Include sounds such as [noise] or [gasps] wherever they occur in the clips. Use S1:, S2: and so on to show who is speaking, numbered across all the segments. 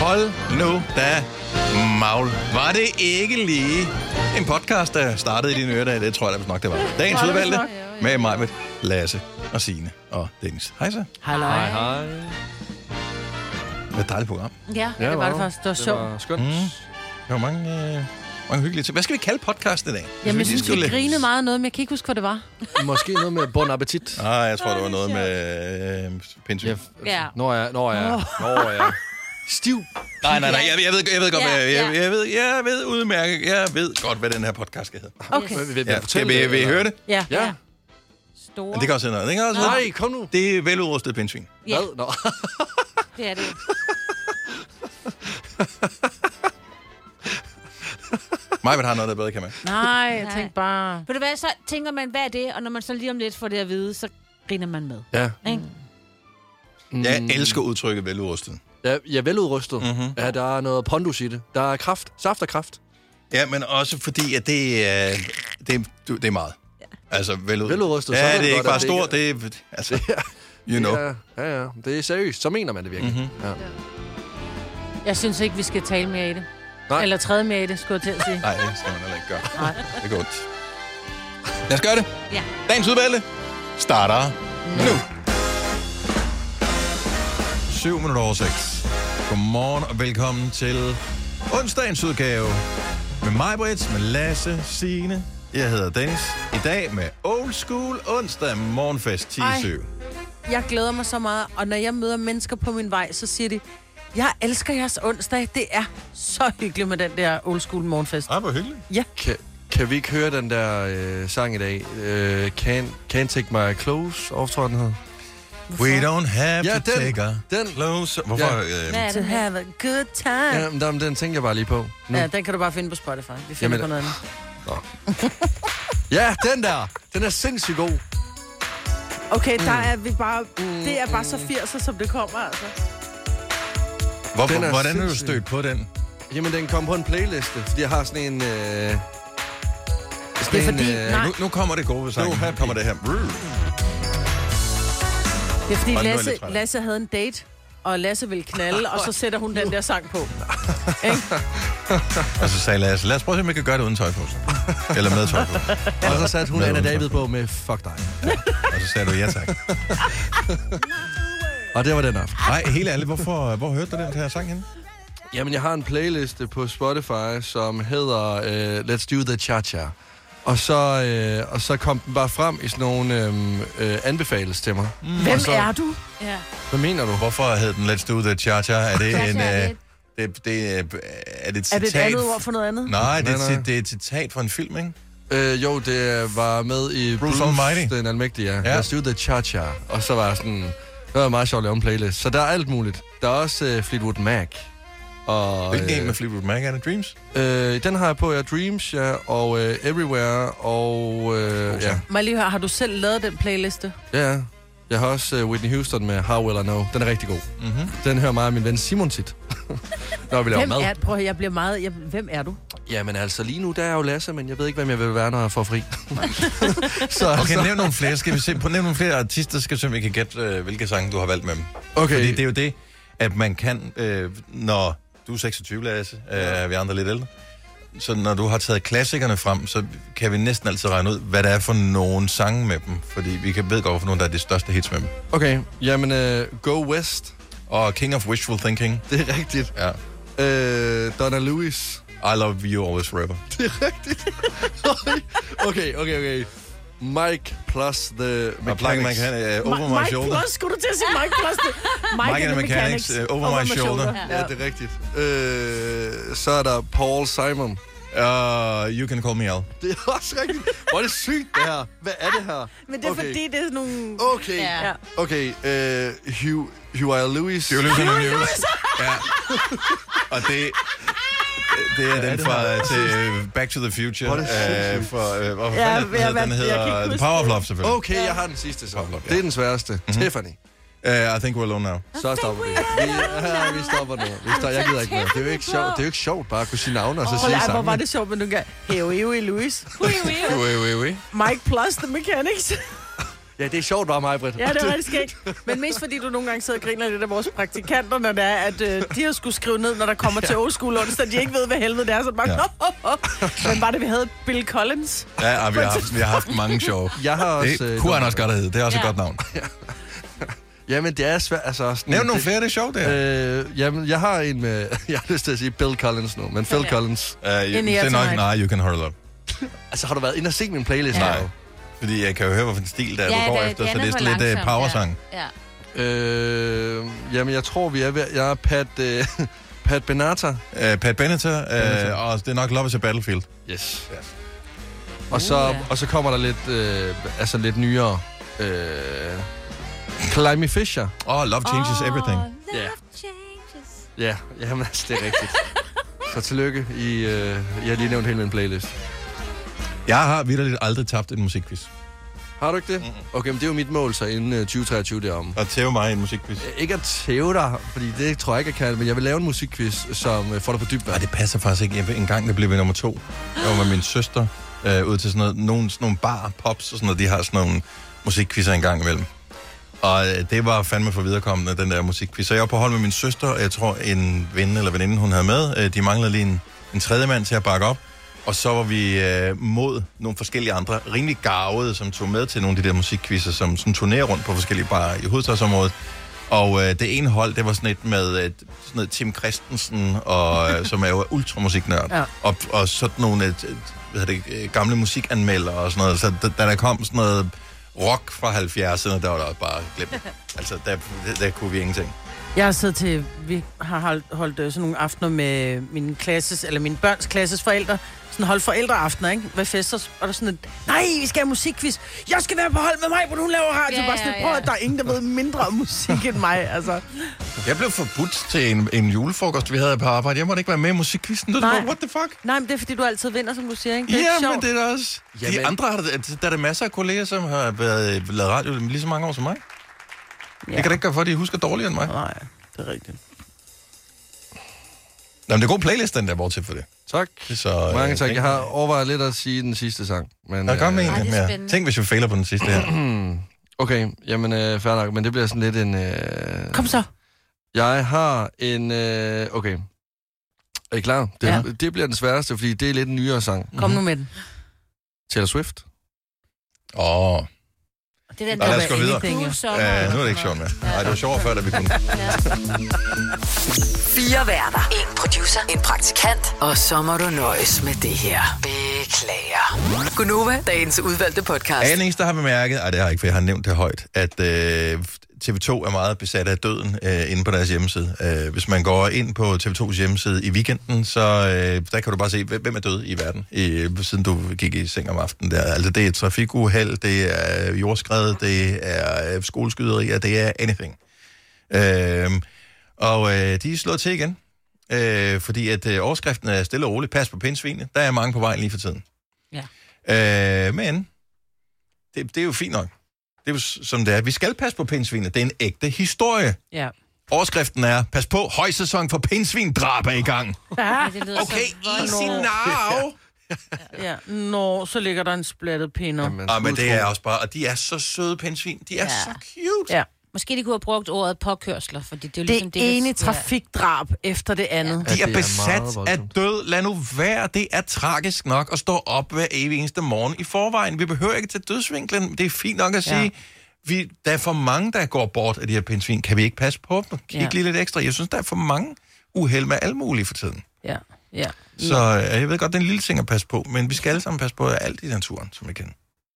S1: Hold nu da Magl. Var det ikke lige en podcast, der startede i dine øredage? Det tror jeg da vist nok, det var. Dagens
S2: Var det vist
S1: udvalgte
S2: nok?
S1: med mig, med Lasse og Signe og Dennis. Hej så.
S2: Hej, hej.
S3: Hej, hej.
S1: Det var et dejligt program.
S2: Ja,
S3: Ja,
S2: det var det faktisk. Det var sjovt.
S3: Det var skønt.
S1: Mm. Der var mange, øh, mange hyggelige ting. Hvad skal vi kalde podcasten i dag? Hvis
S2: Jamen,
S1: lige
S2: jeg synes,
S1: skulle-
S2: vi grinede meget noget, men jeg kan ikke huske, hvad det var.
S3: Måske noget med bon appetit.
S1: Ah, jeg tror, det var noget med øh, pindsvin.
S3: Ja.
S2: Ja.
S3: Nå ja, nå ja, nå ja. Stiv.
S1: Nej, nej, nej. Jeg, jeg, ved, jeg ved godt,
S2: Ja,
S1: hvad jeg, jeg,
S2: ja.
S1: jeg, ved, jeg ved udmærket. Jeg ved godt, hvad den her podcast skal hedde.
S2: Okay.
S3: Vil, vil,
S1: Ja, skal
S3: øh,
S1: vi, vi høre det?
S2: Ja.
S3: Ja.
S2: Store.
S1: Men det kan også hedde noget. Det kan også hedde-
S3: Nej, kom nu.
S1: Det er veludrustet pindsvin.
S2: Ja,
S3: Hvad?
S1: [laughs]
S3: Nå.
S2: [laughs] det er det.
S1: Mig vil have noget, der er bedre, kan man.
S2: Nej, jeg tænkte bare...
S4: Ved du hvad, så tænker man, hvad er det? Og når man så lige om lidt får det at vide, så griner man med.
S3: Ja.
S4: Ikke?
S3: Mm.
S1: Jeg elsker udtrykket veludrustet.
S3: Ja, jeg er veludrustet. Mm-hmm. Ja, der er noget pondus i det. Der er kraft. Saft og kraft.
S1: Mhm. Ja, men også fordi, at det er, det, er- du- det er meget. Altså, veludrustet.
S3: Veludrustet, så ved
S1: Ja, det
S3: du
S1: er ikke
S3: godt,
S1: bare
S3: at det
S1: stort. Det er, altså, you know. Mhm.
S3: Ja, ja, ja. Det er seriøst. Så mener man det virkelig. Mm-hmm. Ja.
S2: Jeg synes ikke, vi skal tale mere i det.
S3: Nej.
S2: Eller træde mere i det, skulle jeg til at sige.
S1: Nej, det skal man heller ikke gøre.
S2: Nej.
S1: Det er godt. Lad os gøre det.
S4: Ja.
S1: Dagens udvalgte starter nu. 7 minutter over 6. Godmorgen og velkommen til onsdagens udgave med mig, Brits, med Lasse, Signe. Jeg hedder Dennis. I dag med Old School onsdag morgenfest 10-7.
S2: Ej. Jeg glæder mig så meget, og når jeg møder mennesker på min vej, så siger de, jeg elsker jeres onsdag. Det er så hyggeligt med den der old school morgenfest.
S1: Ej, hvor hyggeligt.
S3: Kan, kan vi ikke høre den der øh, sang i dag? Øh, can, can Take My Clothes, off, tror jeg, den hed.
S1: We don't have
S3: Ja,
S1: to
S3: den.
S1: take her
S3: Den.
S1: closer. Hvorfor? øh,
S4: Hvad
S1: Ja.
S4: er
S2: To
S4: det?
S2: have a good time.
S3: Ja, men den, den tænker jeg bare lige på. Nu.
S2: Ja,
S3: Ja.
S2: den kan du bare finde på Spotify. Vi finder
S3: Jamen,
S2: på noget andet.
S3: ja, den der. Den er sindssygt god.
S5: Okay, der er vi bare... Det er bare så 80'er, som det kommer, altså.
S1: Hvorfor,
S3: Den er
S1: hvordan er du
S3: sindssyg.
S1: stødt på den?
S3: Jamen, den kom på en playliste, fordi jeg har sådan en... Øh, sådan
S2: Det er fordi,
S3: øh,
S2: nej,
S1: Nu, nu kommer det gode ved sangen.
S3: Nu
S1: Her kommer det her.
S2: det er fordi
S1: Hold nu, jeg er
S2: Lasse,
S1: lidt træt af det.
S2: Lasse havde en date, og Lasse ville knalde, og så sætter hun den der sang på.
S1: Og så sagde Lasse, lad os prøve at se, om vi kan gøre det uden tøj på. så." Eller med tøj på.
S3: Og så satte hun
S1: Hvad
S3: Anna
S1: udenfor?
S3: David på med [laughs] Fuck dig.
S1: Og så sagde du ja tak.
S3: Og det var den aften.
S1: Nej, helt ærligt, hvorfor, hvor hørte du den her sang henne?
S3: Jamen, jeg har en playliste på Spotify, som hedder øh, Let's Do The Cha-Cha. Og så, øh, og så kom den bare frem i sådan nogle øhm, øh, anbefales til mig. Mm.
S2: Hvem
S3: så-
S2: er du?
S4: Ja.
S3: Hvad mener du?
S1: Hvorfor hed den Let's Do The Cha-Cha? Er det
S4: Cha-cha
S1: en...
S4: er
S1: Øh,
S4: det.
S1: det, det, er- er det et
S2: Er
S1: citat?
S2: det et andet ord for noget andet?
S1: Nej, det er,
S3: Nej,
S1: et
S3: nej.
S1: ci- det er et citat fra en film, ikke?
S3: Øh, jo, det var med i
S1: Bruce Almighty.
S3: den almægtige, ja.
S1: Ja.
S3: ja. Let's Do The Cha-Cha. Og så var jeg sådan, det var meget sjovt at lave en playlist. Så der er alt muligt. Der er også øh, Fleetwood Mac. Og,
S1: Hvilken
S3: øh,
S1: en med Fleetwood Mac er det? Dreams?
S3: Øh, den har jeg på, ja. Dreams, ja, og øh, Everywhere, og... Øh, ja,
S2: Må jeg lige høre, har du selv lavet den playliste?
S3: ja, ja. Jeg har også øh, Whitney Houston med How Will I Know. Den er rigtig god.
S1: Mm-hmm.
S3: Den hører mig og min ven Simon
S1: [laughs]
S3: tit. Når vi laver
S2: Hvem
S3: mad.
S2: er, prøv at høre, jeg bliver meget... Jeg, hvem er du?
S3: Jamen altså, lige nu der er jeg jo Lasse, men jeg ved ikke, hvem jeg vil være, når jeg får fri. så,
S1: Okay,
S3: så,
S1: nævn nogle flere. Skal vi se på nævn nogle flere artister, skal vi se, om vi kan gætte, øh, hvilke sange du har valgt med dem.
S3: okay.
S1: Fordi det er jo det, at man kan, øh, når du er 26, Lasse, øh, ja. vi andre er lidt ældre, så når du har taget klassikerne frem, så kan vi næsten altid regne ud, hvad der er for nogle sange med dem. Fordi vi kan ved godt, hvorfor nogle, der er de største hits med dem.
S3: Okay, jamen øh, Go West,
S1: Og King of Wishful Thinking,
S3: det er rigtigt.
S1: ja.
S3: Øh, Donna Lewis.
S1: I Love You Always Forever.
S3: [laughs] Okay, okay, okay. Mike plus the
S1: Og Black
S3: mechanics.
S1: Man kan, uh, Over My,
S5: Mike
S1: Shoulder.
S5: Plus, skulle du til at sige Mike
S1: [laughs]
S5: Plus? Det- Mike,
S1: Mike and the Mechanics, øh, Over My Shoulder.
S3: Ja, det er rigtigt. Øh, så er der Paul Simon.
S1: Uh, you Can Call Me Al.
S3: Det er også rigtigt. Hvor er det sygt, det her. Hvad er det her?
S5: Men det er fordi, det er sådan nogle...
S3: Okay,
S4: Ja.
S3: okay. Øh, Hugh, Hugh L. Lewis.
S1: Det er jo løs Lewis. [laughs] Ja. Og det, det er den fra til øh, Back to the Future.
S3: Hvor er det
S1: øh,
S3: sindssygt.
S1: for, øh, hvorfor
S5: Ja,
S1: fanden
S5: jeg-
S1: hedder den? Den
S5: jeg- jeg kan ikke
S1: hedder The
S5: huske
S1: Power of
S5: det.
S1: Love, selvfølgelig.
S3: Okay, jeg har den sidste så.
S1: Pop-up, ja.
S3: Det er den sværeste. Mm-hmm. Tiffany.
S1: Uh, I think we're alone now.
S3: Så stopper vi. Vi,
S5: [laughs]
S3: ja, vi stopper nu. Vi stopper. Jeg gider
S5: Altså,
S3: ikke mere. Det er jo ikke sjovt, det er jo ikke sjovt bare at kunne sige navne og så
S2: Hold
S3: sige
S2: da, hvor var
S3: sammen.
S2: det sjovt, oh,
S1: [laughs]
S2: men du kan... Hæve, hæve, Louis.
S4: Ui, ui, ui.
S2: oh.
S1: Ui, ui, ui.
S5: Mike Plus, The Mechanics.
S3: Ja, det er sjovt, bare mig, Britt.
S5: Ja,
S3: [laughs]
S5: det var det skægt. Men mest fordi du nogle gange sidder og griner lidt af vores praktikanter, når det er, at øh, de har skulle skrive ned, når der kommer til old school onsdag, de ikke ved, hvad helvede det er. Så er det bare,
S1: Ja.
S5: ja. Men var det, vi havde Bill Collins?
S1: Ja, ja vi, har haft, vi har haft mange sjove.
S3: Jeg har
S1: Det
S3: også... øh,
S1: kunne han også godt have heddet. Det er også et
S4: Ja.
S1: godt navn.
S3: Jamen, det er svært. Altså, sådan-
S1: Nævn nogle
S3: det-
S1: flere, det er sjovt, det her.
S3: Øh, jamen, jeg har en med... [laughs] Jeg har lyst til at sige Bill Collins nu, men Phil
S4: Ja.
S3: Collins.
S1: Uh,
S2: In the
S1: det er
S2: air
S1: nok,
S2: tonight.
S1: nej, you can hurl up.
S3: [laughs] Altså, har du været inde og se min playlist?
S1: Nej.
S3: Laura?
S1: Fordi jeg kan jo høre, hvorfor en stil der,
S4: Ja,
S1: du går
S4: det-
S1: efter,
S4: det
S1: så
S4: andet
S1: det er sådan
S4: var
S1: lidt uh,
S4: langsomt,
S1: powersang.
S4: Ja.
S3: Øh, jamen, jeg tror, vi er ved... Jeg er Pat... Øh, [laughs] Pat Benatar.
S1: Uh, Pat Benatar,
S3: Benatar.
S1: uh, og det er nok Love is a Battlefield.
S3: Yes.
S1: Ja.
S3: Og, så,
S4: Uh, ja.
S3: og så kommer der lidt, øh, altså lidt nyere... Øh, Climby Fisher.
S1: Åh, oh, Love Changes
S4: Åh,
S1: Everything.
S4: Love
S3: Ja.
S4: changes.
S3: Ja, jamen altså, det er rigtigt. så tillykke. I, øh, jeg har lige nævnt hele min playlist.
S1: Jeg har vitterligt aldrig tabt en musikquiz.
S3: Har du ikke det? Okay, men det er jo mit mål så inden øh, 2023 derom.
S1: Og tæve mig i en musikquiz.
S3: Øh, Ikke at tæve dig, fordi det tror jeg ikke, jeg kan, men jeg vil lave en musikquiz, som øh, får dig på dyb
S1: Nej,
S3: vand.
S1: det passer faktisk ikke. Jeg, en gang, der blev vi nummer to. Jeg var med min søster øh, ud til sådan noget, nogle, sådan nogle bar, pops og sådan noget. De har sådan nogle musikquizzer en gang imellem. Og øh, det var fandme for viderekommende, den der musikquiz. Så jeg var på hold med min søster, og jeg tror, en ven eller veninde, hun havde med. Øh, de manglede lige en, en tredje mand til at bakke op. Og så var vi øh, mod nogle forskellige andre, rimelig garvede, som tog med til nogle af de der musikquizzer, som sådan turnerer rundt på forskellige barer i hovedstadsområdet. Og øh, det ene hold, det var sådan et med øh, sådan noget Tim Christensen, og,
S2: [laughs]
S1: øh, som er jo ultramusiknørd, ja.
S2: Ja.
S1: og, og sådan nogle et, et, hvad hedder det, øh, gamle musikanmeldere og sådan noget. Så da, da der kom sådan noget rock fra 70'erne, der var der bare glemt.
S2: [laughs]
S1: det. Altså, der, der, der kunne vi ingenting.
S2: Jeg har siddet til, vi har holdt, holdt øh, sådan nogle aftener med min klasses, eller min børns klasses forældre. Sådan holdt forældreaftener, ikke? Hvad fester, og der sådan et, nej, vi skal have musikquiz. Jeg skal være på hold med mig, hvor hun laver radio.
S4: Ja,
S2: Ja, Bare sådan,
S4: ja,
S2: et, prøv,
S4: ja.
S2: at der er ingen, der ved mindre om musik end mig, altså.
S1: Jeg blev forbudt til en, en julefrokost, vi havde på arbejde. Jeg måtte ikke være med i musikkvisten. Det var
S2: Nej.
S1: bare, what the fuck?
S2: Nej, men det er, fordi du altid vinder, som du siger, ikke? Det er
S1: Ja,
S2: ikke
S1: men
S2: sjovt.
S1: det er da også... Jamen.
S3: Jamen.
S1: De andre har... Der der er der masser af kolleger, som har været, øh, lavet radio lige så mange år som mig. Ja. Det kan da ikke gøre for, at de husker dårligere end mig.
S2: Nej, det er rigtigt.
S1: Nå, men det er en god playlist, den der, bortset for det.
S3: Tak.
S1: Så, øh,
S3: Mange tak.
S1: tænk-
S3: Jeg har overvejet lidt at sige den sidste sang. Men, øh,
S1: Der er godt med
S4: Ej,
S1: en
S4: det er
S1: mere.
S4: spændende.
S1: Tænk, hvis vi fejler på den sidste her.
S3: [clears throat] Okay, jamen øh, fair nok, men det bliver sådan lidt en... Øh...
S2: Kom så.
S3: Jeg har en... Øh... Okay. Er I klar? Det, ja. det bliver den sværeste, fordi det er lidt en nyere sang. Mhm.
S2: Kom nu med den.
S3: Taylor Swift.
S1: Åh, oh,
S4: Det er den,
S1: Nå,
S4: der
S1: lad os
S4: med
S1: gå videre.
S4: anything, jo.
S1: øh, nu er det ikke sjovt mere. Nej, det var sjovere før, da vi kunne.
S6: Fire værter. En producer. En praktikant. Og så må du nøjes med det her. Beklager. Gunova, dagens udvalgte podcast.
S1: Alle eneste har bemærket, og det har jeg ikke, for jeg har nævnt det højt, at øh, TV2 er meget besat af døden øh, inde på deres hjemmeside. Øh, hvis man går ind på TV2's hjemmeside i weekenden, så øh, der kan du bare se, hvem hvem er død i verden, øh, siden du gik i seng om aftenen. Der. Altså, det er trafikuheld, det er jordskred, det er øh, skoleskyderier, det er anything. Øh, og øh, de er slået til igen, øh, fordi at øh, overskriften er stille og roligt. Pas på pindsvinene. Der er mange på vejen lige for tiden. Ja. Øh, men det, det er jo fint nok. Det er jo s- som det er. Vi skal passe på pindsvinet. Det er en ægte historie.
S2: Ja.
S1: Overskriften er, pas på, højsæson for pindsvindrab er i gang.
S4: Ja, det lyder så
S1: Okay, easy
S4: voldsomt.
S1: now.
S2: ja. Nå, så ligger der en splattet pinder.
S1: Ja, Ah, men det er også bare, og de er så søde pindsvin. De er
S4: Ja.
S1: så cute.
S2: Ja.
S4: Måske de kunne have brugt ordet påkørsler, fordi det er jo
S2: Det
S4: ligesom
S2: ene
S4: der sker.
S2: trafikdrab efter det andet.
S1: De
S3: Ja, det er
S1: er
S3: meget
S1: besat af
S3: voldsomt.
S1: død. Lad nu være. Det er tragisk nok at stå op hver evig eneste morgen i forvejen. Vi behøver ikke tage dødsvinklen. Det er fint nok at sige, ja. vi, der er for mange, der går bort af de her pindsvin. Kan vi ikke passe på dem? Kig ja.
S2: Ja.
S1: lige lidt ekstra. Jeg synes, der er for mange uheld med alt muligt for tiden.
S2: Ja. Ja.
S1: Så øh, jeg ved godt, det er en lille ting at passe på, men vi skal alle sammen passe på alt i naturen, som vi kan.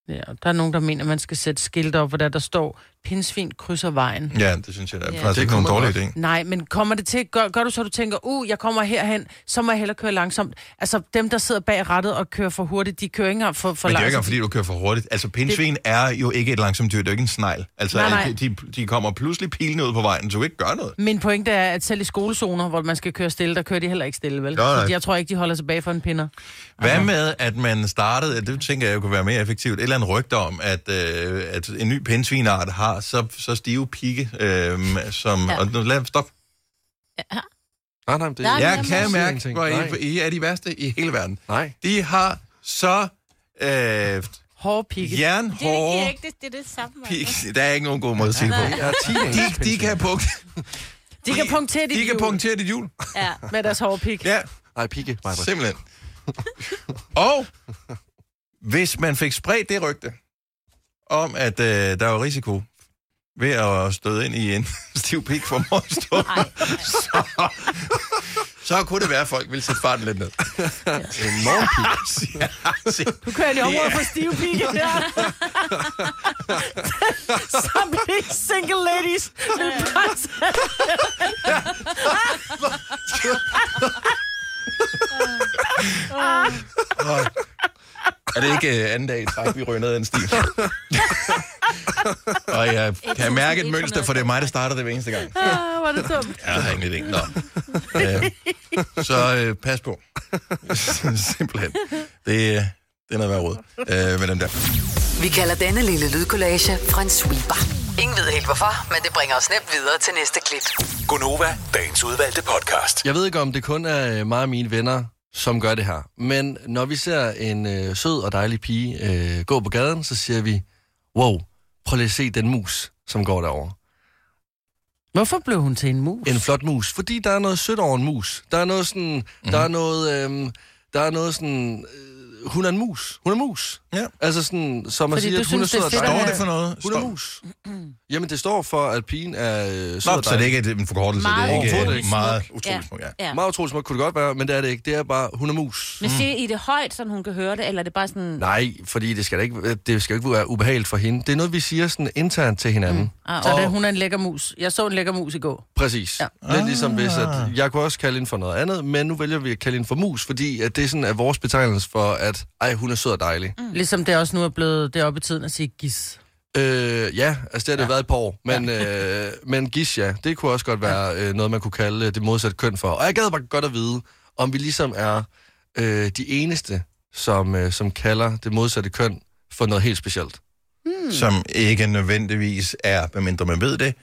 S2: Ja, der er nogen, der mener, at man skal sætte skilte op, hvor der, der står, pindsvin krydser vejen.
S1: Ja, det synes jeg, der er
S4: Ja.
S1: ja, faktisk
S3: Det
S1: ikke nogen
S3: kunne man
S1: dårlig idé.
S2: Nej, men kommer det til, gør, gør du så, at du tænker, uh, jeg kommer herhen, så må jeg hellere køre langsomt. Altså, dem, der sidder bag rettet og kører for hurtigt, de kører ikke engang for, for
S1: Men det er jo ikke,
S2: langsomt.
S1: fordi du kører for hurtigt. Altså, pindsvin det... er jo ikke et langsomt dyr, det er jo ikke en snegl. Altså,
S2: Nej, nej.
S1: at De, de kommer pludselig pilende ud på vejen, så du kan ikke gøre noget.
S2: Min pointe er, at selv i skolezoner, hvor man skal køre stille, der kører de heller ikke stille, vel?
S1: Nej, nej.
S2: Så jeg tror ikke, de holder tilbage for en pinder.
S1: Hvad med, at man startede, det tænker jeg jo kunne være mere effektivt, et eller andet rygte om, at, øh, at en ny pindsvinart har så, så stive pigge, øh, som... Ja.
S4: Ja.
S1: Og, nu, lad, stop.
S3: Nej, nej, det er...
S4: Nej,
S1: Jeg
S4: jamen,
S1: kan
S4: jeg
S1: mærke,
S3: ingenting.
S1: hvor I,
S3: Nej.
S1: I er de værste i hele verden.
S3: Nej.
S1: De har så øh,
S2: Hårpigge.
S4: Det er det
S1: Jernhårde
S4: ikke, det, det er det samme. altså.
S1: pik. Der er ikke nogen god måde at sige det på.
S3: Jeg er teenage,
S1: De, de, kan, punk-
S2: De kan punktere dit
S1: de kan
S2: hjul
S1: punktere dit hjul.
S4: Ja.
S2: med deres hårpigge.
S1: Ja,
S3: Nej, pigge. Maja.
S1: simpelthen. Og hvis man fik spredt det rygte om, at øh, der var risiko ved at støde ind i en [laughs] stiv pik for morgenstund,
S4: Ej,
S1: så, så kunne det være, at folk ville sætte farten lidt ned.
S3: En morgenpig.
S1: Ja, se.
S2: Du kører ind i området for stive pigge der. [laughs] Så bliver I single ladies. vil bare
S7: [laughs]
S2: tage-
S1: Og er det ikke øh, anden dag i træk, vi ryger ned ad
S2: [laughs]
S1: en sti? og jeg kan mærke et mønster, for det er mig, der starter det hver eneste gang.
S2: Ah, Var det dumt.
S1: Jeg har ingen idé. Nå.
S3: [laughs]
S1: Øh, så øh, pas på. [laughs] Simpelthen. Det, øh, det er noget værd råd øh, med dem der.
S6: Vi kalder denne lille lydkollage Frans sweeper. Ingen ved helt hvorfor, men det bringer os nemt videre til næste klip.
S8: Gunova, dagens udvalgte podcast.
S3: Jeg ved ikke, om det kun er øh, mig og mine venner, som gør det her. Men når vi ser en øh, sød og dejlig pige øh, gå på gaden, så siger vi, wow, prøv lige at se den mus, som går derovre.
S2: Hvorfor blev hun til en mus?
S3: En flot mus, fordi der er noget sødt over en mus. Der er noget sådan,
S1: Mhm.
S3: mm-hmm. der er noget, øhm, der er noget sådan, øh, hun er en mus, hun er en mus.
S1: Ja.
S3: Altså sådan, som man
S2: Fordi
S3: siger,
S2: du
S3: at hun er
S2: synes, det
S3: sød
S2: er
S3: og
S2: fedt at
S3: dejlig.
S1: Står det for noget?
S3: Hun er
S1: Står...
S3: mus. Jamen, det står for, at pigen er øh, sød
S1: Nå,
S3: og
S1: så det er
S3: dejlig.
S1: ikke en forkortelse. Det
S4: Meget
S1: er ikke
S3: utrolig
S1: øh, meget
S4: smuk.
S1: utrolig smuk. Ja.
S4: ja.
S3: Meget utroligt smukt kunne det godt være, men det er det ikke. Det er bare, hun er mus. Mm.
S4: Men
S2: Mm.
S4: siger I det højt, så hun kan høre det, eller er det bare sådan...
S3: Nej, fordi det skal da ikke, det skal jo ikke være ubehageligt for hende. Det er noget, vi siger sådan internt til hinanden. Mm.
S2: Ah, så det, hun er en lækker mus. Jeg så en lækker mus i går.
S3: Præcis. Ja. Lidt ligesom hvis, at jeg kunne også kalde hende for noget andet, men nu vælger vi at kalde hende for mus, fordi at det er sådan er vores betegnelse for, at ej, hun er sød og dejlig. Mm.
S2: Ligesom det også nu er blevet deroppe i tiden at sige gis.
S3: Øh, ja, altså det har det ja. været et par år, men, ja. øh, men gis ja, det kunne også godt være øh, noget, man kunne kalde øh, det modsatte køn for. Og jeg gad bare godt at vide, om vi ligesom er øh, de eneste, som, øh, som kalder det modsatte køn for noget helt specielt.
S4: Mm.
S1: Hmm. Som ikke nødvendigvis er, medmindre man ved det,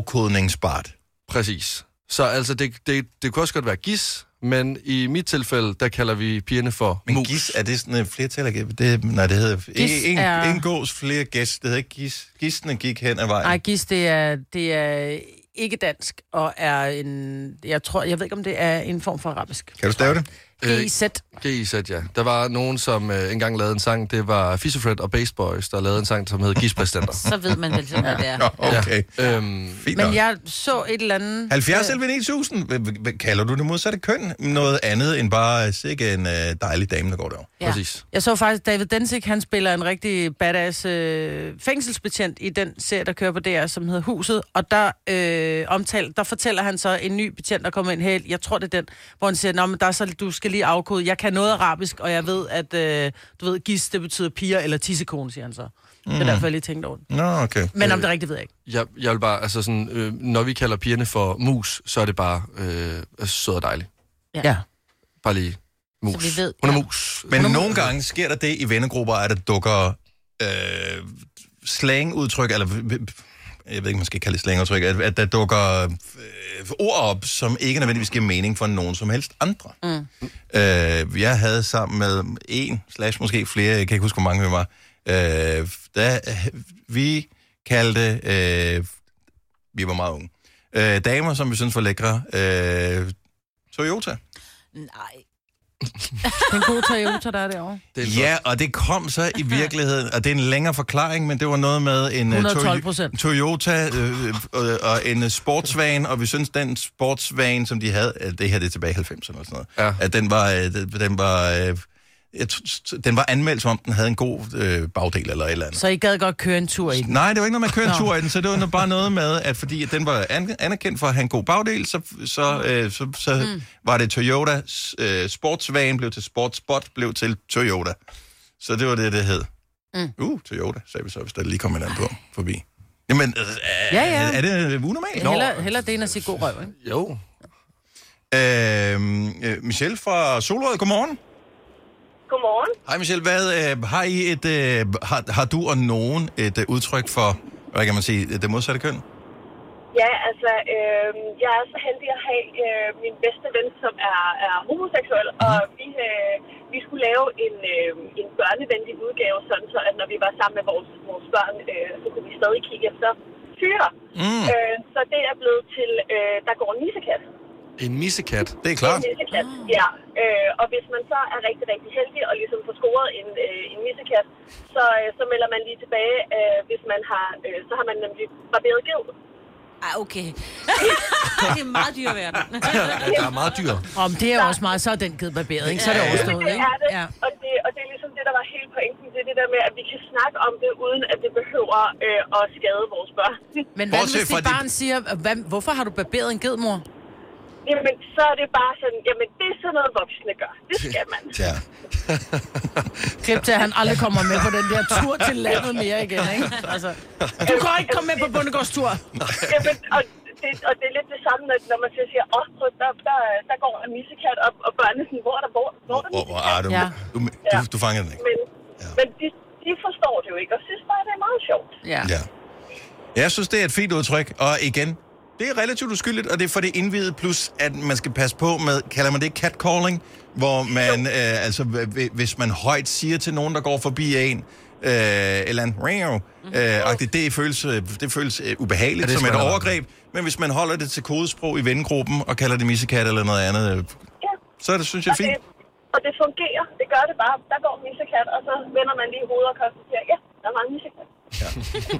S1: afkodningsbart.
S3: Præcis. Så altså, det, det, det kunne også godt være gis, men i mit tilfælde, der kalder vi pigerne for
S1: Men
S3: mus.
S1: gis, er det sådan et flertal? eller- Det, nej, det hedder... Gis en,
S2: er-
S1: en gås flere gæs. Det hedder ikke gis. Gisene gik hen ad vejen.
S2: Ej, gis, det er, det er ikke dansk, og er en... Jeg tror, jeg ved ikke, om det er en form for arabisk.
S1: Kan du stave det?
S3: Øh,
S2: G-I-Z.
S3: GIZ, ja. Der var nogen, som øh, engang lavede en sang. Det var Fissefred og Bass Boys, der lavede en sang, som hed Gispræsidenter.
S4: Så ved man vel sådan, hvad det
S1: [laughs]
S4: er.
S1: Nå, okay.
S3: Ja. Øhm,
S1: Mm. Fint nok.
S2: Men jeg så et eller andet...
S1: 70 eller 9000, Hvad- hvad- hvad kalder du det modsatte køn? Noget andet end bare øh, sikke en øh, dejlig dame, der går derovre.
S4: Ja.
S3: præcis.
S2: Jeg så faktisk, David Densig, han spiller en rigtig badass øh, fængselsbetjent i den serie, der kører på DR, som hedder Huset. Og der, øh, omtal, der fortæller han så en ny betjent, der kommer ind her, jeg tror det er den, hvor han siger, Nå, men der er så, du skal lige afkode, jeg kan noget arabisk, og jeg ved, at øh, du ved, gis, det betyder piger eller tissekone, siger han så. Mm. Det er derfor, jeg lige tænkte over det.
S1: Nå, okay.
S2: Men om
S3: Øh,
S2: det er rigtigt, ved jeg ikke.
S3: Jeg, jeg vil bare, altså sådan, øh, når vi kalder pigerne for mus, så er det bare øh, altså, sød og dejlig.
S4: Ja.
S2: Ja.
S3: Bare lige mus.
S4: Så vi ved,
S3: Hun er
S4: ja.
S3: mus.
S1: Men nogle gange sker der det i vennegrupper, at der dukker øh, slangudtryk, eller v- v- jeg ved ikke, man skal kalde det slangudtryk, at, at der dukker øh, ord op, som ikke nødvendigvis giver mening for nogen som helst andre. Mm. Øh, jeg havde sammen med en, slash måske flere, jeg kan ikke huske, hvor mange vi var, øh, der, vi kaldte, øh, vi var meget unge, øh, damer, som vi synes var lækre, øh,
S3: [laughs]
S1: Toyota.
S4: Nej.
S2: Den gode Toyota, der er derovre.
S3: Det er en
S1: Ja, og det kom så
S3: [laughs]
S1: i virkeligheden, og det er en længere forklaring, men det var noget med en øh,
S2: 112
S1: Toyo-
S2: procent.
S1: Toyota øh, øh, og- og en øh, sportsvan, og vi synes, den sportsvan, som de havde, øh, det her det er tilbage i 90'erne og sådan noget,
S3: Ja.
S1: at den var, øh, den- den, var øh, jeg t- den var anmeldt, som om den havde en god øh, bagdel eller et eller andet.
S2: Så I gad godt køre en tur i den.
S1: Nej, det var ikke noget med at køre en
S2: Nå.
S1: tur i den, så det var no- bare noget med, at fordi at den var an- anerkendt for at have en god bagdel, så, så, øh, så, så mm. var det Toyota, s- øh, sportsvan blev til sportsbot, blev til Toyota. Så det var det, det hed. Mm. Uh, Toyota, sagde vi så, hvis der lige kom en anden på forbi. Jamen, øh,
S2: Ja, ja.
S1: er det øh, unormalt?
S2: Heller, heller det end at sige god røv, ikke?
S3: flot- Jo.
S1: Øh, øh, Michelle fra Solrød, godmorgen.
S9: Godmorgen.
S1: Hej Michelle, hvad, øh, har, I et, øh, har, har du og nogen et øh, udtryk for, hvad kan man sige, det modsatte køn?
S9: Ja,
S7: altså, øh, jeg er så heldig at have øh, min bedste ven, som er, er homoseksuel, og
S2: Mhm.
S7: vi, øh, vi skulle lave en, øh, en børnevenlig udgave, sådan så at når vi var sammen med vores, vores børn, øh, så kunne vi stadig kigge efter fyre. Mm. Øh, så det er blevet til, øh, der går en missekat.
S3: En missekat.
S1: Det er klart.
S7: Missekat, ja. Øh, og hvis man så er rigtig, rigtig heldig og ligesom får scoret en, øh, en missekat, så, øh, så melder man lige tilbage, øh, hvis man har, øh, så har man nemlig barberet ged.
S4: Ej, Ah, okay. [laughs] det er meget dyr verden.
S3: Der er meget dyr.
S2: Om det er jo også meget, så er den givet barberet, ikke? Så er det overstået,
S7: Det
S2: ikke?
S7: er det,
S2: Ja.
S7: og det, og det er ligesom det, der var hele pointen. Det er det der med, at vi kan snakke om det, uden at det behøver øh, at skade vores børn.
S2: Men hvad
S1: Bortset
S2: hvis
S1: fra
S2: dit
S1: de-
S2: barn siger, hvad, hvorfor har du barberet en ged, mor?
S7: jamen, så er det bare sådan, jamen, det er sådan noget, voksne gør. Det skal man.
S1: Ja.
S2: Klip til, at han aldrig kommer med på den der tur til landet mere igen, ikke? Altså, du kan ikke komme med på bundegårdstur.
S7: Jamen, og det, og det er lidt det samme, når- når man så siger, åh, prøv, der, der, der går en missekat, og, og børnene sådan, hvor er der, hvor, hvor er der
S1: Hvor, hvor,
S7: missekat?
S1: ah, du,
S2: Ja.
S1: du, du, du fanger den ikke.
S7: Men,
S1: Ja.
S7: ja. men de, de forstår det jo ikke, og synes bare, det er meget sjovt.
S2: Ja.
S1: Ja. Jeg synes, det er et fint udtryk, og igen, det er relativt uskyldigt, og det er for det indvidede, plus at man skal passe på med, kalder man det catcalling, hvor man, øh, altså hv- hv- hvis man højt siger til nogen, der går forbi en, øh, eller en
S7: Mhm.
S1: ringo, øh, og det, det føles, øh, det føles øh, ubehageligt
S3: Ja, det
S1: som et
S3: skal man
S1: overgreb, men hvis man holder det til kodesprog i vennegruppen, og kalder det missekat eller noget andet, øh,
S7: Ja.
S1: så er det, synes jeg,
S7: og,
S1: fint.
S7: det, og det fungerer. Det gør det bare. Der går en missekat, og så vender man lige hovedet og konstaterer, ja, der var en missekat.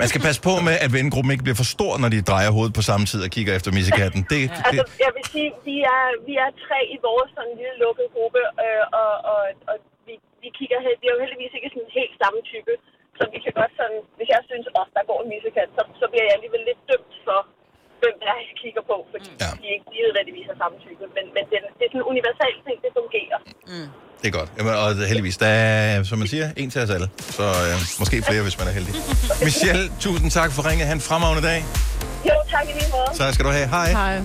S1: Man skal passe på med, at vennegruppen ikke bliver for stor, når de drejer hovedet på samme tid og kigger efter missekatten. Det, det,
S7: Altså, jeg vil sige, vi er, vi er tre i vores sådan lille lukkede gruppe, øh, og, og, og vi, vi kigger her. Vi er jo heldigvis ikke sådan helt samme type, så vi kan godt sådan, hvis jeg synes også, der går en missekat, så, så bliver jeg alligevel lidt dømt for, hvem der er, jeg kigger på, fordi
S1: Ja.
S7: ja. de ikke lige nødvendigvis har samme type. Men, men det, det er sådan en universal ting, det fungerer.
S1: Det er godt. Jamen, og heldigvis, der er, som man siger, en til os alle. Så øh, måske flere, hvis man er heldig. Michelle, tusind tak for ringet. Han fremragende dag.
S7: Jo, tak i lige måde.
S1: Så skal du have hej.
S2: Hej.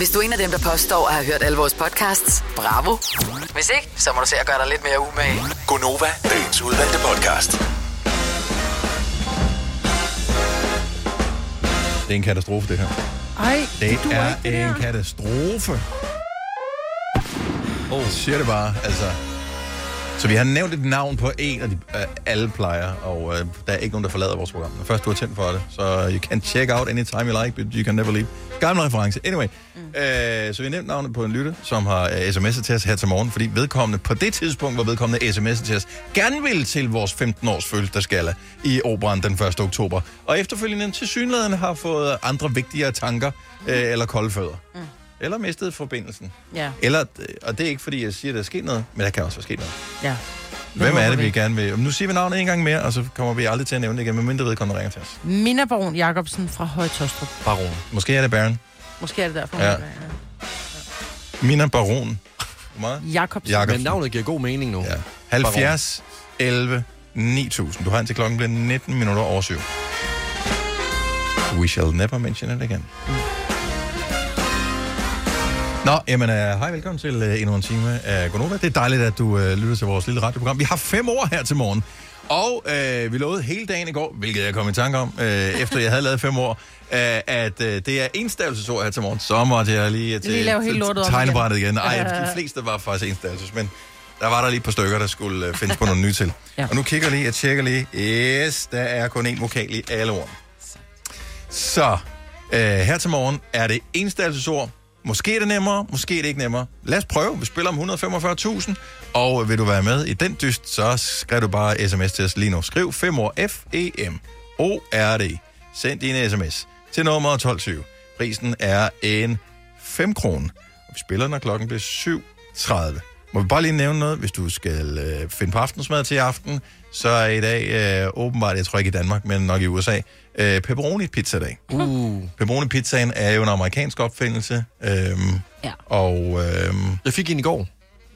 S6: Hvis du er en af dem, der påstår at have hørt alle vores podcasts, bravo. Hvis ikke, så må du se at gøre dig lidt mere umage.
S8: Gonova, dagens udvalgte podcast.
S1: Det er en katastrofe, det her.
S2: Ej,
S1: Det
S2: du
S1: er
S2: er ikke det
S1: en
S2: der.
S1: katastrofe. Oh. Jeg siger det bare, altså. Så vi har nævnt et navn på en, og de, øh, alle plejer, og øh, der er ikke nogen, der forlader vores program. Når først du har tændt for det, så you can check out anytime you like, but you can never leave. Gammel reference. Anyway, mm. øh, så vi har nævnt navnet på en lytter, som har øh, sms'et til os her til morgen, fordi vedkommende på det tidspunkt, hvor vedkommende sms'et til os, gerne ville til vores 15-års fødselsdagsgala i operan den 1. oktober, og efterfølgende til synligheden har fået andre vigtigere tanker øh, eller kolde fødder. Mm. Eller mistet forbindelsen.
S2: Ja,
S1: Eller, øh, og det er ikke, fordi jeg siger, at der er sket noget, men der kan også være sket noget.
S2: ja.
S1: Hvem
S2: håber
S1: er det,
S2: vi
S1: vi
S2: ikke.
S1: gerne vil? Nu siger vi navnet en gang mere, og så kommer vi aldrig til at nævne det igen, medmindre vedkommende ringer til os.
S2: Minna Baron Jacobsen fra Høje Tostrup.
S3: Baron.
S1: Måske er det Baron.
S2: Måske er det derfor,
S1: Ja.
S2: hun er der.
S1: Mina Baron. Hvor meget?
S2: Jacobsen.
S1: Jakob.
S3: Men navnet giver god mening nu.
S1: Ja. 70 11 9000. Du har indtil klokken bliver 19 minutter over 7. We shall never mention it again. Nå, jamen, øh, hej, velkommen til øh, endnu en time af Gonova. Det er dejligt, at du øh, lytter til vores lille radioprogram. Vi har fem år her til morgen, og øh, vi lovede hele dagen i går, hvilket jeg kom i tanke om, øh, efter jeg havde lavet fem år, øh, at øh, det er enstavelsesord her til morgen. Så måtte jeg lige øh, til
S2: Lige lave hele
S1: til- til
S2: lortet om
S1: tegnebrættet igen. Nej, de fleste var faktisk enstavelses, men der var der lige et par stykker, der skulle øh, findes på nogle nye til.
S2: Ja.
S1: Og nu kigger jeg lige, jeg tjekker lige. Yes, der er kun én vokal i alle ord. Så øh, her til morgen er det enstavelsesord. Måske er det nemmere, måske er det ikke nemmere. Lad os prøve. Vi spiller om 145.000. Og øh, vil du være med i den dyst, så skriv du bare sms til os lige nu. Skriv 5 år F-E-M-O-R-D. Send din sms til nummer 1220. Prisen er en 5 kroner. Og vi spiller, når klokken bliver 7.30. Må vi bare lige nævne noget, hvis du skal øh, finde på aftensmad til i aften, så er i dag øh, åbenbart, jeg tror ikke i Danmark, men nok i USA, øh, pepperoni pizza dag.
S3: Uh.
S1: Pepperoni pizzaen er jo en amerikansk opfindelse, øhm,
S4: Ja.
S1: og, øhm,
S3: Jeg fik en i går.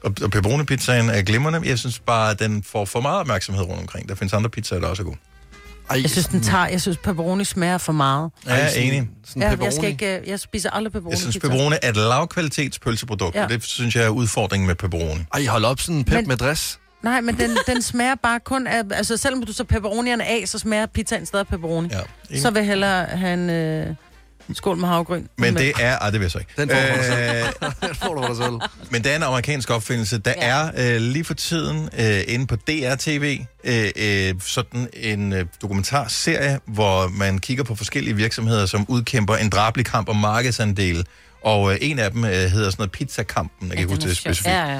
S1: og, og pepperoni pizzaen er glimrende. Jeg synes bare, at den får for meget opmærksomhed rundt omkring. Der findes andre pizzaer, der også er gode.
S3: Ej,
S2: Jeg synes, den tager, jeg synes, pepperoni smager for meget.
S1: Ja, jeg er
S3: sådan-
S1: enig.
S3: Sådan
S2: Ja,
S3: pepperoni.
S2: jeg, skal ikke, øh, jeg spiser aldrig pepperoni.
S1: Jeg synes,
S2: pizza.
S1: pepperoni er et lavkvalitetspølseprodukt, ja.
S2: Ja.
S1: og det synes jeg er udfordringen med pepperoni.
S3: Ej, hold op, sådan en pep
S2: Men-
S3: med dress.
S2: Nej, men den, den smager bare kun af... Altså, selvom du tager pepperonierne af, så smager pizzaen stadig af pepperoni.
S1: Ja,
S2: Så vil jeg hellere have en, øh, Skål med havgryn.
S1: Men det er... Ej, det vil jeg så ikke.
S3: Den får du for dig
S1: Øh,
S3: [laughs] Den får du for dig selv.
S1: [laughs] Men det er en amerikansk opfindelse. Der ja. er øh, lige for tiden øh, inde på DRTV øh, øh, sådan en øh, dokumentarserie, hvor man kigger på forskellige virksomheder, som udkæmper en drabelig kamp om markedsandel. Og øh, en af dem øh, hedder sådan noget pizzakampen. Jeg kan
S4: Ja,
S1: ikke
S4: den
S1: huske
S4: er
S1: det
S4: sjov.
S1: specifikt.
S4: Ja,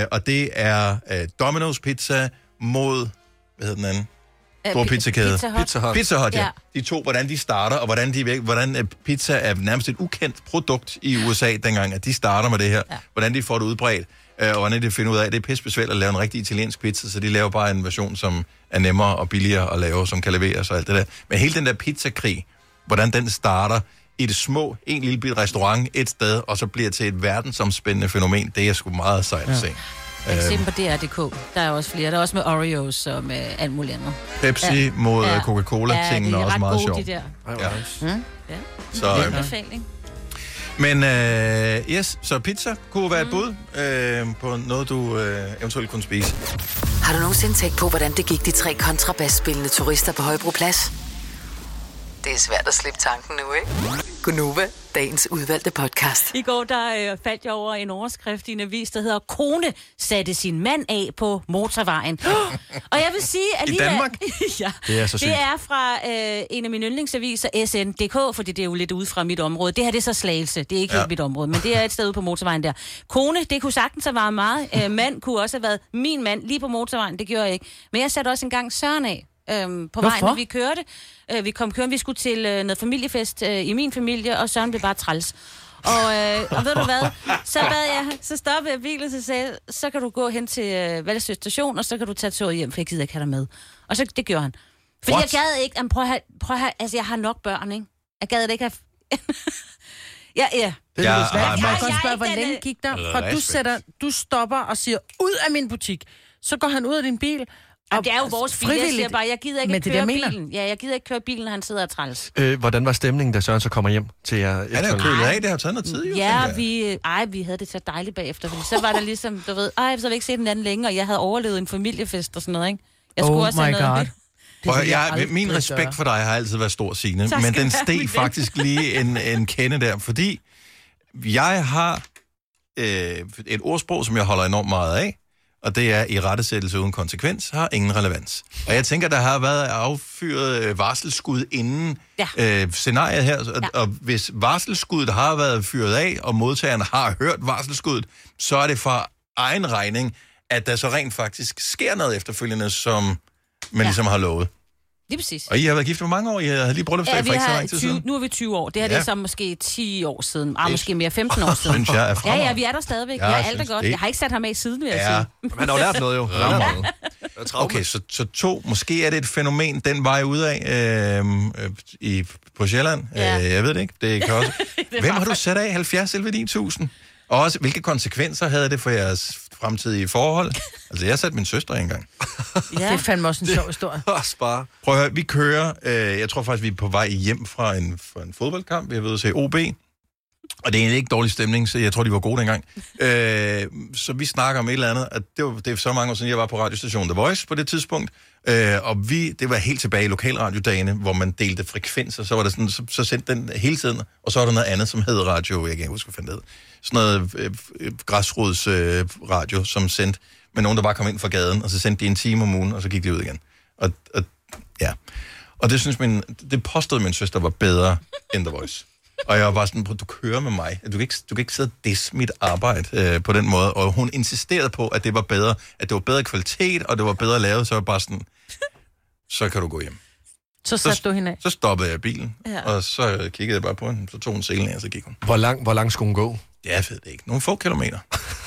S1: Øh, og det er øh, Domino's Pizza mod... Hvad hedder den anden? Stor pizzakæde.
S4: Pizza Hut.
S3: Pizza Hut.
S1: Pizza Hut, ja.
S4: Ja.
S1: De to, hvordan de starter, og hvordan, de, væk- hvordan øh, pizza er nærmest et ukendt produkt i USA dengang, at de starter med det her. Ja. Hvordan de får det udbredt, øh, og hvordan de finder ud af, at det er pissebesvært at lave en rigtig italiensk pizza, så de laver bare en version, som er nemmere og billigere at lave, som kan leveres og alt det der. Men hele den der pizzakrig, hvordan den starter i det små, en lille bit restaurant et sted, og så bliver til et verdensomspændende fænomen, det er sgu meget sejt at se. Øhm.
S4: Jeg kan se dem på DR.dk. Der er også flere. Der er også med Oreos og med alt muligt andet.
S1: Pepsi ja. mod
S4: Ja.
S1: ja. Coca-Cola-tingen ja, er også meget
S4: Ja, de er
S1: sjov.
S4: ret gode, de der.
S3: Ej, hvor
S1: Ja.
S3: nice.
S4: Ja.
S1: Så,
S4: Det er
S1: øhm,
S4: en befaling.
S1: Men øh, yes, så pizza kunne være et bud øh, på noget, du øh, eventuelt kunne spise.
S6: Har du nogensinde tænkt på, hvordan det gik de tre kontrabasspillende turister på Højbroplads? Det er svært at slippe tanken nu, ikke? Gunova, dagens udvalgte podcast.
S4: I går der øh, faldt jeg over en overskrift i en avis, der hedder Kone satte sin mand af på motorvejen. [gasps] og jeg vil sige, at
S1: I
S4: lige
S1: Danmark?
S4: [laughs] ja,
S3: Det er så sygt.
S4: Det er fra øh, en af mine yndlingsaviser, SN.dk, fordi det er jo lidt ude fra mit område. Det her det er så slagelse. Det er ikke
S1: Ja.
S4: ja. helt mit område, men det er et sted ude på motorvejen der. Kone, det kunne sagtens have været meget. Øh, mand kunne også have været min mand lige på motorvejen. Det gjorde jeg ikke. Men jeg satte også engang Søren af. Øhm, på vejen,
S2: Hvorfor?
S4: når vi kørte. Øh, vi kom kørende, vi skulle til øh, noget familiefest øh, i min familie, og Søren blev bare træls. Og, øh, og ved du hvad? Så, bad jeg, så stoppede jeg bilen, og så sagde jeg, så kan du gå hen til øh, Valsø station, og så kan du tage toget hjem, for jeg gider ikke have dig med. Og så det gjorde han. Fordi
S1: What?
S4: jeg gad ikke, jamen, prøv at have, prøv at have, altså jeg har nok børn, ikke? Jeg gad da ikke have... [laughs] øh, ja, ja.
S3: Det er
S1: Ja,
S3: lidt svært.
S1: ej,
S2: Jeg
S4: Nej,
S2: kan godt
S4: jeg er
S2: spørge,
S4: ikke
S2: hvor
S4: den,
S2: længe
S4: øh,
S2: gik der, fra du
S1: Respekt.
S2: sætter, du stopper og siger, ud af min butik. Så går han ud af din bil. Og
S4: Jamen, det er jo vores bil, jeg siger
S2: Altså, frivilligt.
S4: bare, jeg gider ikke
S2: Men det er det,
S4: køre
S2: jeg mener.
S4: bilen. Ja, jeg gider ikke køre bilen, når han sidder og træls.
S3: Øh, hvordan var stemningen, da Søren så kommer hjem til jer?
S1: Han er jo
S3: efterfølgende?
S1: kølet af, det har taget noget tid. Jo,
S4: Ja,
S1: tænker jeg.
S4: vi, øh, ej, vi havde det så dejligt bagefter, fordi så var der ligesom, du ved, ej, så har vi ikke set den anden længe, og jeg havde overlevet en familiefest og sådan noget, ikke? Jeg skulle
S2: Oh
S4: også have
S2: my
S4: noget.
S2: God.
S1: Prøv, at
S2: vil
S1: høre,
S2: jeg
S1: jeg, min
S2: aldrig
S1: respekt
S2: gøre.
S1: for dig har altid været stor, Signe,
S4: Tak
S1: men
S4: skal
S1: den
S4: du have, min
S1: steg
S4: ven.
S1: faktisk lige en, en kende der, fordi jeg har øh, et ordsprog, som jeg holder enormt meget af, og det er, i rettesættelse uden konsekvens har ingen relevans. Og jeg tænker, der har været affyret øh, varselsskud inden
S4: Ja.
S1: øh, scenariet her, og, ja.
S4: Ja.
S1: og hvis varselskuddet har været fyret af, og modtageren har hørt varselskuddet, så er det for egen regning, at der så rent faktisk sker noget efterfølgende, som man ja. ligesom har lovet.
S4: Lige præcis.
S1: Og I har været gift for mange år. I havde lige bryllupsdag ja,
S4: vi
S1: for ikke så
S4: har
S1: lang tid
S4: 20,
S1: siden.
S4: Nu er vi 20 år. Det her ja. det
S1: Ja.
S4: er så måske 10 år siden. Ah,
S1: Det
S4: måske mere
S1: [laughs]
S4: 15 år siden.
S1: Synes jeg er
S4: Ja,
S1: fremragende.
S4: ja, vi er der stadigvæk.
S1: Jeg
S4: Ja, alt er
S1: synes,
S4: godt.
S1: det
S4: Jeg har ikke sat ham af siden, vil jeg
S1: Ja.
S4: sige.
S3: Han har jo lært noget, jo. Han har lært noget.
S1: Okay, så, så to. Måske er det et fænomen den vej ud af øh, øh, i, på Sjælland.
S4: Ja.
S1: Øh, jeg ved det ikke. Det
S4: [laughs]
S1: kan også. Hvem har du sat af 70 eller 9000? Og også, hvilke konsekvenser havde det for jeres fremtidige forhold? Altså, jeg satte min søster engang.
S2: Det er fandme også en sjov historie.
S1: [laughs]
S3: Også bare.
S1: Prøv at høre, vi kører, øh, jeg tror faktisk, vi er på vej hjem fra en, fra en fodboldkamp, vi har været ude til OB, og det er egentlig ikke dårlig stemning, så jeg tror, de var gode dengang. Øh, så vi snakker om et eller andet, at det, var, det er så mange år siden, jeg var på radiostationen The Voice på det tidspunkt, øh, og vi, det var helt tilbage i lokalradiodagene, hvor man delte frekvenser, så var der sådan, så, så sendte den hele tiden, og så var der noget andet, som hed radio, jeg kan ikke huske, hvad fanden det hed, sådan noget øh, øh, græsrods øh, radio, som sendte med nogen, der bare kom ind fra gaden, og så sendte de en time om ugen, og så gik de ud igen. Og, og ja. Og det synes min, det påstod min søster var bedre end The Voice. Og jeg var bare sådan, "Prøv, du kører med mig. Du kan ikke, du kan ikke sidde og disse mit arbejde øh, på den måde. Og hun insisterede på, at det var bedre, at det var bedre kvalitet, og det var bedre lavet, så jeg var bare sådan, så kan du gå hjem.
S2: Så satte du hende af.
S1: Så stoppede jeg bilen, ja.
S4: Ja.
S1: og så kiggede jeg bare på hende. Så tog hun selen af, og så gik hun.
S3: Hvor lang, hvor lang skulle hun gå?
S1: Ja, jeg ved det ikke. Nogle få kilometer.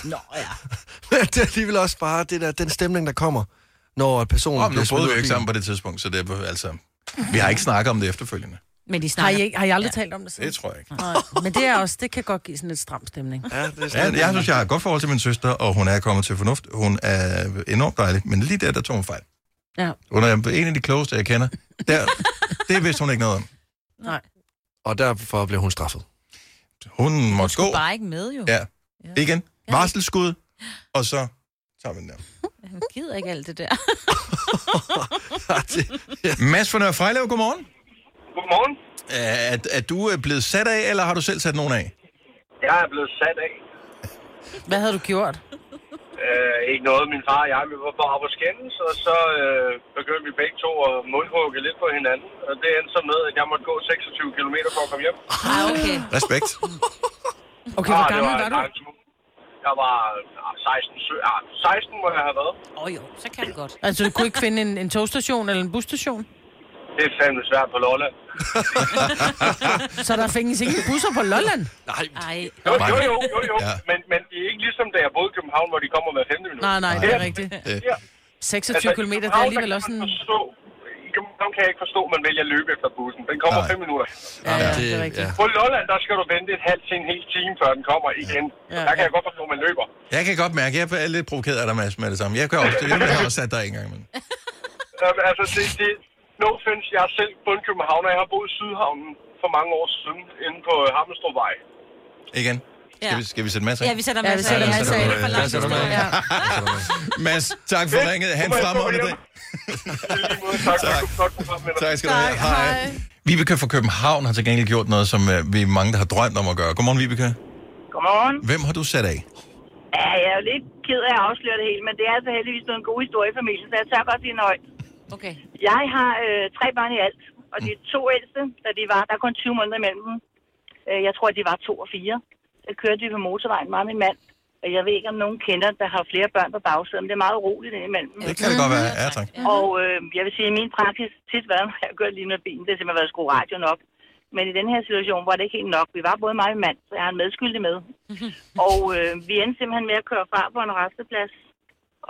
S3: [laughs] det er alligevel også bare det der, den stemning, der kommer, når personen
S1: Og nu
S3: smidt
S1: boede
S3: ud
S1: vi
S3: af
S1: jo ikke
S3: bilen.
S1: sammen på det tidspunkt, så det var altså... Vi har ikke snakket om det efterfølgende.
S4: Men de
S2: Har
S4: snakker.
S2: I, ikke- har I aldrig ja. talt om det siden?
S1: Det tror jeg ikke.
S2: Nej, men det er også, det kan godt give sådan lidt stram stemning.
S3: Ja, det er sådan.
S1: Ja, jeg synes, jeg har et godt forhold til min søster, og hun er kommet til fornuft. Hun er enormt dejlig, men lige der, der tog hun fejl.
S2: Ja.
S1: Hun er en af de klogeste, jeg kender. Der, det vidste hun ikke noget om.
S3: Og derfor blev hun straffet.
S1: Hun
S4: Hun
S1: måtte
S4: skulle
S1: gå
S4: bare ikke med, jo.
S1: Ja.
S4: Ja.
S1: igen.
S4: Ja.
S1: Varselskud, og så tager vi den der.
S4: Hun gider ikke alt det der.
S1: Mads fra Nørre Frejlev, godmorgen.
S10: Godmorgen.
S1: Er, er du øh, blevet sat af, eller har du selv sat nogen af?
S10: Jeg er blevet sat af.
S2: Hvad havde du gjort?
S10: Øh, ikke noget, min far og jeg, vi var bare på skændes, og så øh, begyndte vi begge to at mundhugge lidt på hinanden. Og det endte så med, at jeg måtte gå 26 km for at komme hjem.
S4: Ah, okay.
S1: Respekt.
S2: Okay, hvor
S10: Ah, det
S2: gammel
S10: en
S2: var du?
S10: lang tur. Jeg var ah, 16, sø- ah, 16 må jeg have været.
S4: Åh oh, jo, så kan det godt.
S2: Altså, du kunne ikke finde en, en togstation eller en busstation?
S10: Det er fandme svært på Lolland.
S2: Så der findes ingen busser på Lolland?
S3: Nej,
S4: Ej.
S10: Jo, jo, jo, jo, jo.
S1: Ja.
S10: Ja. Men, men det er ikke ligesom, da jeg boede i København, hvor de kommer hver femte minut.
S2: Nej, nej, det er rigtigt.
S10: Ja.
S2: 26 km, det er
S10: København,
S2: alligevel
S10: der
S2: også
S10: kan
S2: en...
S10: man Forstå, I København kan jeg ikke forstå, at man vælger at løbe efter bussen. Den kommer
S1: Nej.
S10: fem minutter.
S2: Ja, ja, det er
S3: det-
S2: rigtigt.
S3: ja.
S10: På Lolland, der skal du vente et halvt til en hel time, før den kommer igen. Ja, der kan jeg godt forstå, at man løber.
S1: Jeg kan godt mærke, at jeg er lidt provokeret af dig, Mads, med det samme. Jeg, gør også, det, jeg har også sat dig en gang imellem.
S10: Øhm, altså, det, det, no offense, jeg er selv bund København, og jeg har boet i Sydhavnen for mange år siden, inde på øh, Hammerstrupvej.
S1: Igen. Skal,
S4: Ja.
S1: vi, skal vi sætte Mads af?
S4: Ja, vi sætter
S2: Ja,
S4: med.
S2: vi sætter
S1: masser af.
S4: for
S1: Ja,
S4: langt.
S3: sætter med.
S4: Ja.
S1: Mads, tak for ringet. Han
S10: må jeg gå
S1: fremragende
S10: hjem?
S1: dag.
S10: I lige måde, tak.
S1: Tak.
S10: tak. Godt program med dig.
S1: Tak skal du have. Hej. Vibeke fra København har til gengæld gjort noget, som øh, vi er mange, der har drømt om at gøre. Godmorgen, Vibeke.
S9: Godmorgen.
S1: Hvem har du sat af?
S9: Ja, jeg er jo lidt ked af at afsløre det hele, men det er altså heldigvis blevet en god historie i familien, så jeg tør godt sige nøj.
S4: Okay.
S9: Jeg har øh, tre børn i alt, og de to ældste, da de var, der er kun 20 måneder imellem dem. Øh, jeg tror, de var to og fire. Så kørte vi på motorvejen, mig og min mand. Og jeg ved ikke, om nogen kender, der har flere børn på bagsædet, men det er meget roligt indimellem.
S1: Det kan det godt være. Ja, tak.
S9: Og øh, jeg vil sige, at min praksis tit været, [laughs] når jeg har kørt lige med bilen, det har simpelthen været at skrue radioen op. Men i den her situation var det ikke helt nok. Vi var både mig og min mand, så jeg har en medskyldig med. og øh, vi endte simpelthen med at køre fra på en resteplads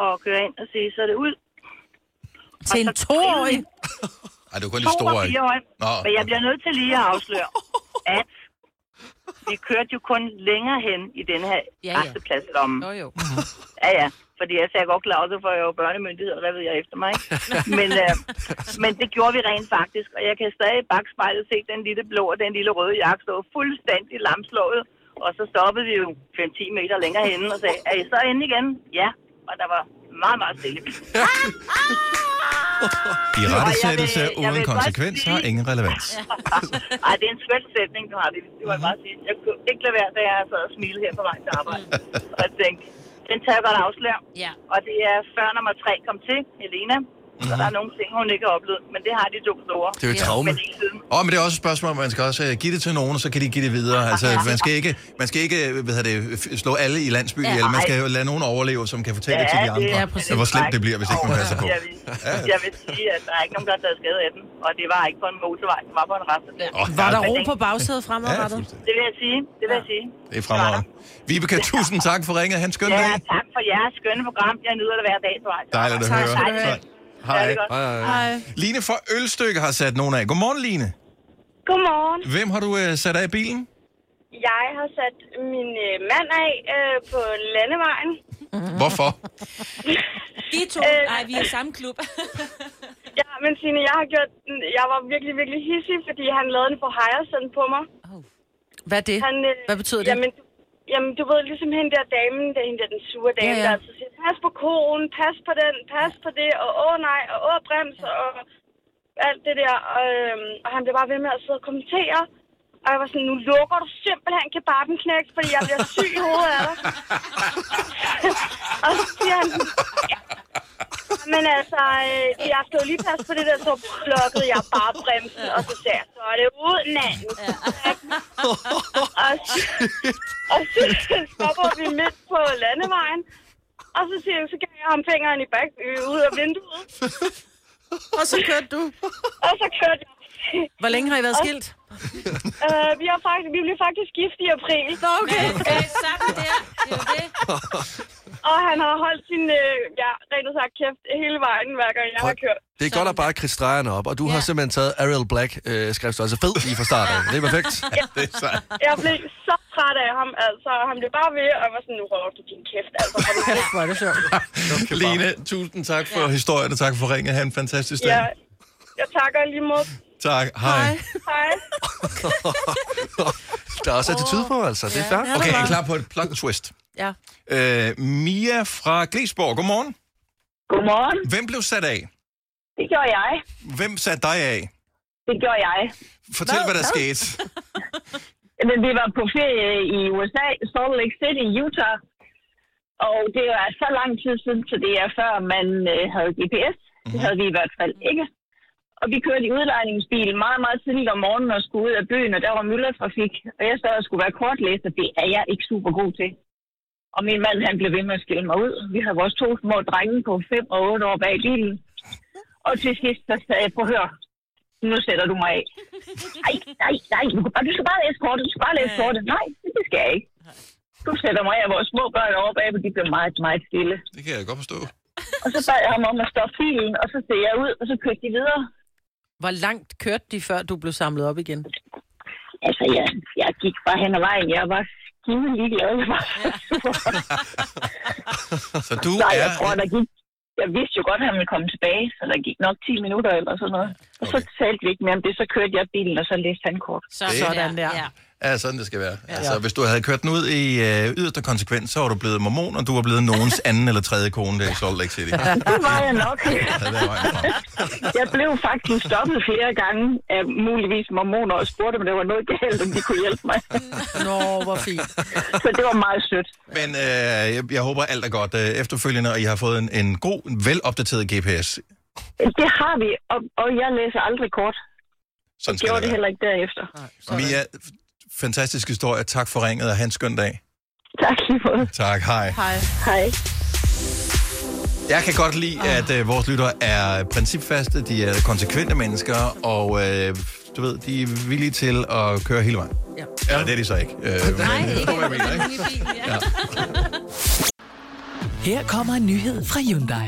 S9: og køre ind og sige, så er det ud.
S2: Til en toårig?
S1: Ej, du er kun
S9: To
S1: lidt
S9: og
S1: stor, ikke?
S9: fire år.
S1: Nå,
S9: Men jeg bliver nødt til lige at afsløre, at vi kørte jo kun længere hen i den her
S4: Ja,
S9: ja,
S4: ja.
S9: ja. restepladslomme.
S2: Nå jo.
S9: Ja, ja. Fordi jeg sagde godt klar, så får jeg jo børnemyndighed, og hvad ved jeg efter mig. ikke? men, øh, men det gjorde vi rent faktisk, og jeg kan stadig i bagspejlet se den lille blå og den lille røde jakke stå fuldstændig lamslået. Og så stoppede vi jo 5-10 meter længere henne og sagde, er I så inde igen? Ja, og der var meget, meget stille.
S1: I rettesættelse
S9: jeg vil- jeg
S1: uden
S9: vil godt
S1: konsekvens har
S9: sige-
S1: ingen relevans.
S9: [laughs] Ej, det er en skøn sætning, du har. Det, det var jeg bare sige. Jeg kunne ikke lade være, da jeg sad og smile her på vej til arbejde. Og jeg tænkte, den tager jeg godt afsløre.
S4: Ja.
S9: Og det er før nummer tre kom til, Helena. Så
S1: Mhm.
S9: der er nogle ting, hun ikke har oplevet, men det har de to store.
S3: det er jo et traume.
S9: Men ikke siden.
S1: Åh, men det er også et spørgsmål, om man skal også øh, give det til nogen, og så kan de give det videre. Altså, man skal ikke, man skal ikke øh, hvad hedder det, f- slå alle i landsby ihjel. Man skal jo lade nogen overleve, som kan fortælle det til de andre.
S2: er præcis.
S1: Så hvor slemt det bliver, hvis ikke man passer på.
S9: Jeg vil, jeg vil sige, at der er ikke nogen, der har taget skade af den. Og det var ikke på en motorvej, det var på en resteplads.
S1: Åh,
S2: Var
S1: ja,
S2: der ro på bagsædet
S1: Ja,
S2: fremadrettet?
S1: fuldstændig.
S9: Det vil jeg sige, det vil jeg sige.
S1: det er fremragende. Vibeke, tusind tak for ringet. Han skøn
S9: Ja,
S1: dag.
S9: tak for jeres skønne program. Jeg nyder det hver dag på vej. til
S1: Dejligt at
S9: arbejde.
S1: høre.
S9: Tak, tak. Ja, det
S1: Hej.
S9: er godt.
S3: Hej, hej.
S1: Line fra Ølstykke har sat nogen af. Godmorgen, Line.
S11: Godmorgen.
S1: Hvem har du øh, sat af i bilen?
S11: Jeg har sat min øh, mand af øh, på landevejen.
S1: Hvorfor?
S4: Mhm. [laughs] Vi to,
S11: Øh.
S4: nej, vi er i samme klub.
S11: [laughs] Ja, men Signe, jeg har gjort... den- Jeg var virkelig, virkelig hissig, fordi han lavede en for sådan på mig.
S2: Hvad er det?
S11: Han, øh,
S2: Hvad betyder det?
S11: Jamen, du- jamen, du ved, ligesom hende der damen, der hende der den sure dame,
S2: Ja, ja.
S11: ja, ja. der altid siger, pas på konen, pas på den, pas på det, og åh nej, og åh brems, og alt det der. Og, øhm, og han blev bare ved med at sidde og kommentere. Og jeg var sådan, nu lukker du simpelthen kebaben, knægt, fordi jeg bliver syg i hovedet af dig. [laughs] og så siger han, ja. Men altså, øh, jeg skal jo lige passe på det der, så plukkede jeg bare bremsen, og så sagde jeg, så er det ud, nanden. Og så, og så stopper vi midt på landevejen. Og så, siger, jeg- så gav jeg ham fingeren i bag, øh, ud af vinduet.
S2: [laughs] Og så kørte du.
S11: Og så kørte jeg.
S2: Hvor længe har I været skilt?
S11: Øh, vi, har faktisk, vi blev faktisk gift i april.
S2: Nå, okay.
S4: Øh, sammen der, det er jo det.
S11: [laughs] Og han har holdt sin, øh, ja, rent ud sagt kæft hele vejen, hver gang jeg har kørt.
S3: Det er godt at bare kridte stregerne op, og du har
S4: Ja.
S3: simpelthen taget Ariel Black øh, skriftstørrelse fed lige fra starten. Det er
S1: [laughs]
S3: perfekt.
S1: Det er sejt.
S11: Jeg blev så træt af ham, altså. og Han blev bare ved, og jeg var sådan, nu røver du din kæft, altså. Han,
S2: Hvor er det sjovt.
S1: [laughs] Line, tusind tak for historien, og tak for ringet. Ha' en fantastisk dag.
S11: ja, jeg takker lige mod.
S1: Tak. Hej.
S11: Hej.
S3: Der er også attitude på, altså. Det er fair.
S1: Okay, er I klar på et plot twist?
S2: Ja.
S1: Øh, Mia fra Glesborg, godmorgen.
S9: Godmorgen,
S1: Hvem blev sat af?
S9: det gjorde jeg.
S1: Hvem satte dig af?
S7: Det gjorde jeg.
S1: Fortæl, hvad der skete.
S7: Jamen, vi var på ferie i USA, Salt Lake City, Utah. Og det var så lang tid siden, så det er før man øh, havde GPS.
S1: Mhm.
S7: Det havde vi i hvert fald ikke. Og vi kørte i udlejningsbil meget, meget tidligt om morgenen og skulle ud af byen, og der var myldretrafik. Og jeg sad og skulle være kortlæser. Det er jeg ikke super god til. Og min mand, han blev ved med at skille mig ud. Vi havde vores to små drenge på 5 og 8 år bag i bilen. Og til sidst, så sagde jeg, prøv at høre, nu sætter du mig af. Nej, nej, nej, du, kan bare- du skal bare læse kortet, du skal bare læse kortet. Nej, det skal jeg ikke. Du sætter mig af, vores små børn over bag, de blev meget, meget stille.
S1: Det kan jeg godt forstå.
S7: Og så bad jeg ham om at stoppe bilen, og så ser jeg ud, og så kørte de videre.
S2: Hvor langt kørte de, før du blev samlet op igen?
S7: Altså, jeg, jeg gik bare hen ad vejen. Jeg var skide ligeglad. Jeg var så sur.
S1: Så [laughs] du
S7: Nej, jeg
S1: er...
S7: tror, der gik... Jeg vidste jo godt, at han ville komme tilbage, så der gik nok 10 minutter eller sådan noget. Og så talte vi ikke mere om det, så kørte jeg bilen, og så læste han kort.
S1: Så- Det- sådan
S2: der.
S4: Ja.
S1: Ja, sådan det skal være. Ja. Altså, hvis du havde kørt den ud i øh, yderste konsekvens, så var du blevet mormon, og du var blevet nogens anden eller tredje kone der i Salt Lake City.
S7: Det var jeg nok.
S1: [laughs] Ja, der var jeg.
S7: Jeg blev faktisk stoppet flere gange af muligvis mormoner og spurgte, om der var noget galt, om de kunne hjælpe mig.
S2: Nå, hvor fint.
S7: [laughs] Så det var meget sødt.
S1: Men øh, jeg, jeg håber, alt er godt øh, efterfølgende, og I har fået en, en god, en velopdateret GPS.
S7: Det har vi, og, og jeg læser aldrig kort.
S1: Sådan skal
S7: Gjorde
S1: det
S7: det
S1: være.
S7: heller ikke derefter.
S1: Mia, f- fantastisk historie. Tak for ringet, og have en skøn dag.
S7: Tak lige måde.
S1: Tak, hej.
S7: Hej. Hej.
S1: Jeg kan godt lide, at øh, vores lyttere er principfaste, de er konsekvente mennesker, og øh, du ved, de er villige til at køre hele vejen. Ja. Eller det er de så ikke. Øh,
S12: Nej,
S1: men,
S12: ikke.
S1: du ved, hvad
S2: [laughs]
S1: jeg mener, ikke? Ja.
S12: Her kommer en nyhed fra Hyundai.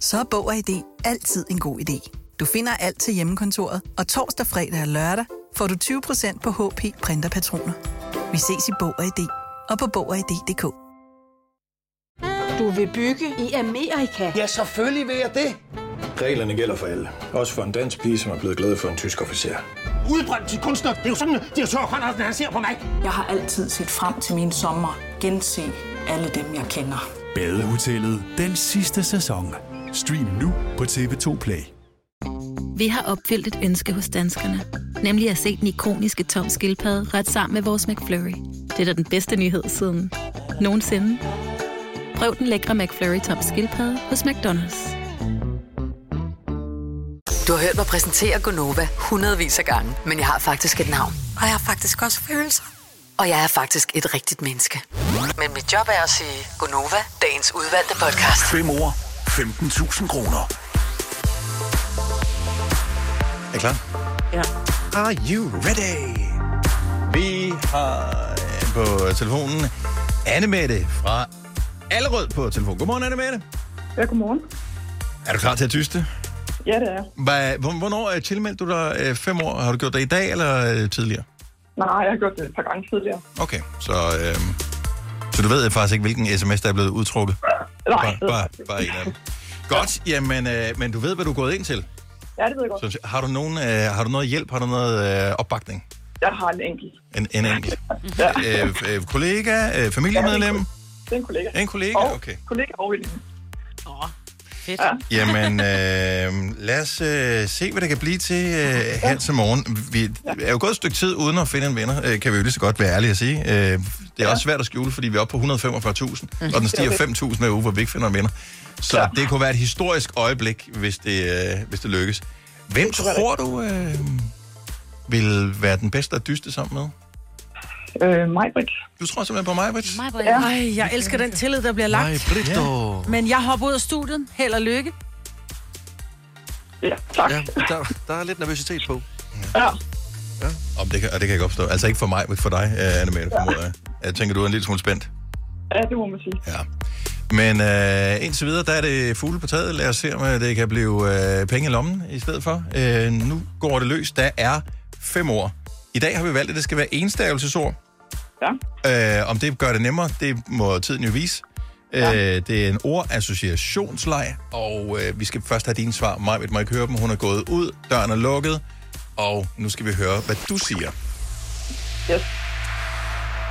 S13: Så er Bog og ID altid en god idé. Du finder alt til hjemmekontoret, og torsdag, fredag og lørdag får du 20% på HP printerpatroner. Vi ses i Bog og ID og på Bog og ID.dk.
S14: Du vil bygge i Amerika? Ja, selvfølgelig vil jeg det.
S15: Reglerne gælder for alle. Også for en dansk pige, som er blevet glad for en tysk officer.
S14: Udbrøndt til kunstner. Det er jo sådan, at de har tørt, han ser på mig. Jeg har altid set frem til min sommer. Gense alle dem, jeg kender.
S16: Badehotellet den sidste sæson. Stream nu på TV2 Play.
S17: [laughs] Vi har opfyldt et ønske hos danskerne. Nemlig at se den ikoniske tom skildpadde ret sammen med vores McFlurry. Det er da den bedste nyhed siden nogensinde. Prøv den lækre McFlurry tom skildpadde hos McDonald's.
S6: Du har hørt mig præsentere Gonova hundredvis af gange, men jeg har faktisk et navn.
S13: Og jeg har faktisk også følelser.
S6: Og jeg er faktisk et rigtigt menneske. Men mit job er at sige Gonova, dagens udvalgte podcast.
S8: 5 år, 15.000 kroner.
S1: Er I klar?
S2: Ja.
S1: Are you ready? Vi har øh, på telefonen Annemette fra Allerød på telefon. Godmorgen, Annemette.
S18: Ja, godmorgen.
S1: Er du klar til at tyste?
S18: Ja, det er.
S1: Hva- hvor- Hvornår øh, tilmeldte du dig øh, fem år? Har du gjort det i dag eller øh, tidligere?
S18: Nej, jeg har gjort det et par gange tidligere.
S1: Okay, så, øh, så du ved faktisk ikke, hvilken sms, der er blevet udtrukket?
S18: Nej.
S1: Bare, bare, bare en af dem. Godt, jamen, øh, men du ved, hvad du er gået ind til.
S18: Ja, det ved jeg godt.
S1: Så, har, du nogen, øh, har du noget hjælp? Har du noget øh, opbakning?
S18: Jeg har en enkelt.
S1: En, en enkelt?
S18: Ja.
S1: Øh, øh, kollega? Øh, familiemedlem?
S18: Det er en kollega.
S1: En kollega?
S18: Og
S1: Okay.
S18: kollega og en Åh,
S2: fedt.
S18: Ja.
S1: Jamen, øh, lad os øh, se, hvad det kan blive til øh, her til morgen. Vi er jo gået et stykke tid uden at finde en vinder, øh, kan vi jo lige så godt være ærlige at sige. Øh, det er også svært at skjule, fordi vi er oppe på
S3: Mm.
S1: 145.000, og den stiger 5.000 hver uge, hvor vi ikke finder en vinder. Så det kunne være et historisk øjeblik, hvis det, øh, hvis det lykkes. Hvem tror du øh, vil være den bedste at dyste sammen med?
S18: Øh, Majbrit.
S1: Du tror simpelthen på Majbrit?
S2: Majbrit. Ej, jeg elsker den tillid, der bliver lagt.
S1: Majbrit, dog.
S2: Men jeg hopper ud af studiet. Held og lykke.
S18: Ja, tak.
S3: Ja, der, der er lidt nervøsitet på.
S18: Ja.
S1: Om det kan, og det kan jeg godt forstå. Altså ikke for mig, men for dig, øh, Annemette, formoder jeg. Jeg tænker, du er en lille smule spændt.
S18: Ja, det må man sige.
S1: Ja. Men øh, indtil videre, der er det fugle på taget. Lad os se, om øh, det kan blive øh, penge i lommen i stedet for. Øh, nu går det løs. Der er fem ord. I dag har vi valgt, at det skal være enstavelsesord. Ja. Øh, om det gør det nemmere, det må tiden jo vise. Ja. Øh, det er en ordassociationsleg, og øh, vi skal først have dine svar. Maj, må ikke høre dem. Hun er gået ud, døren er lukket, og nu skal vi høre, hvad du siger.
S18: Yes.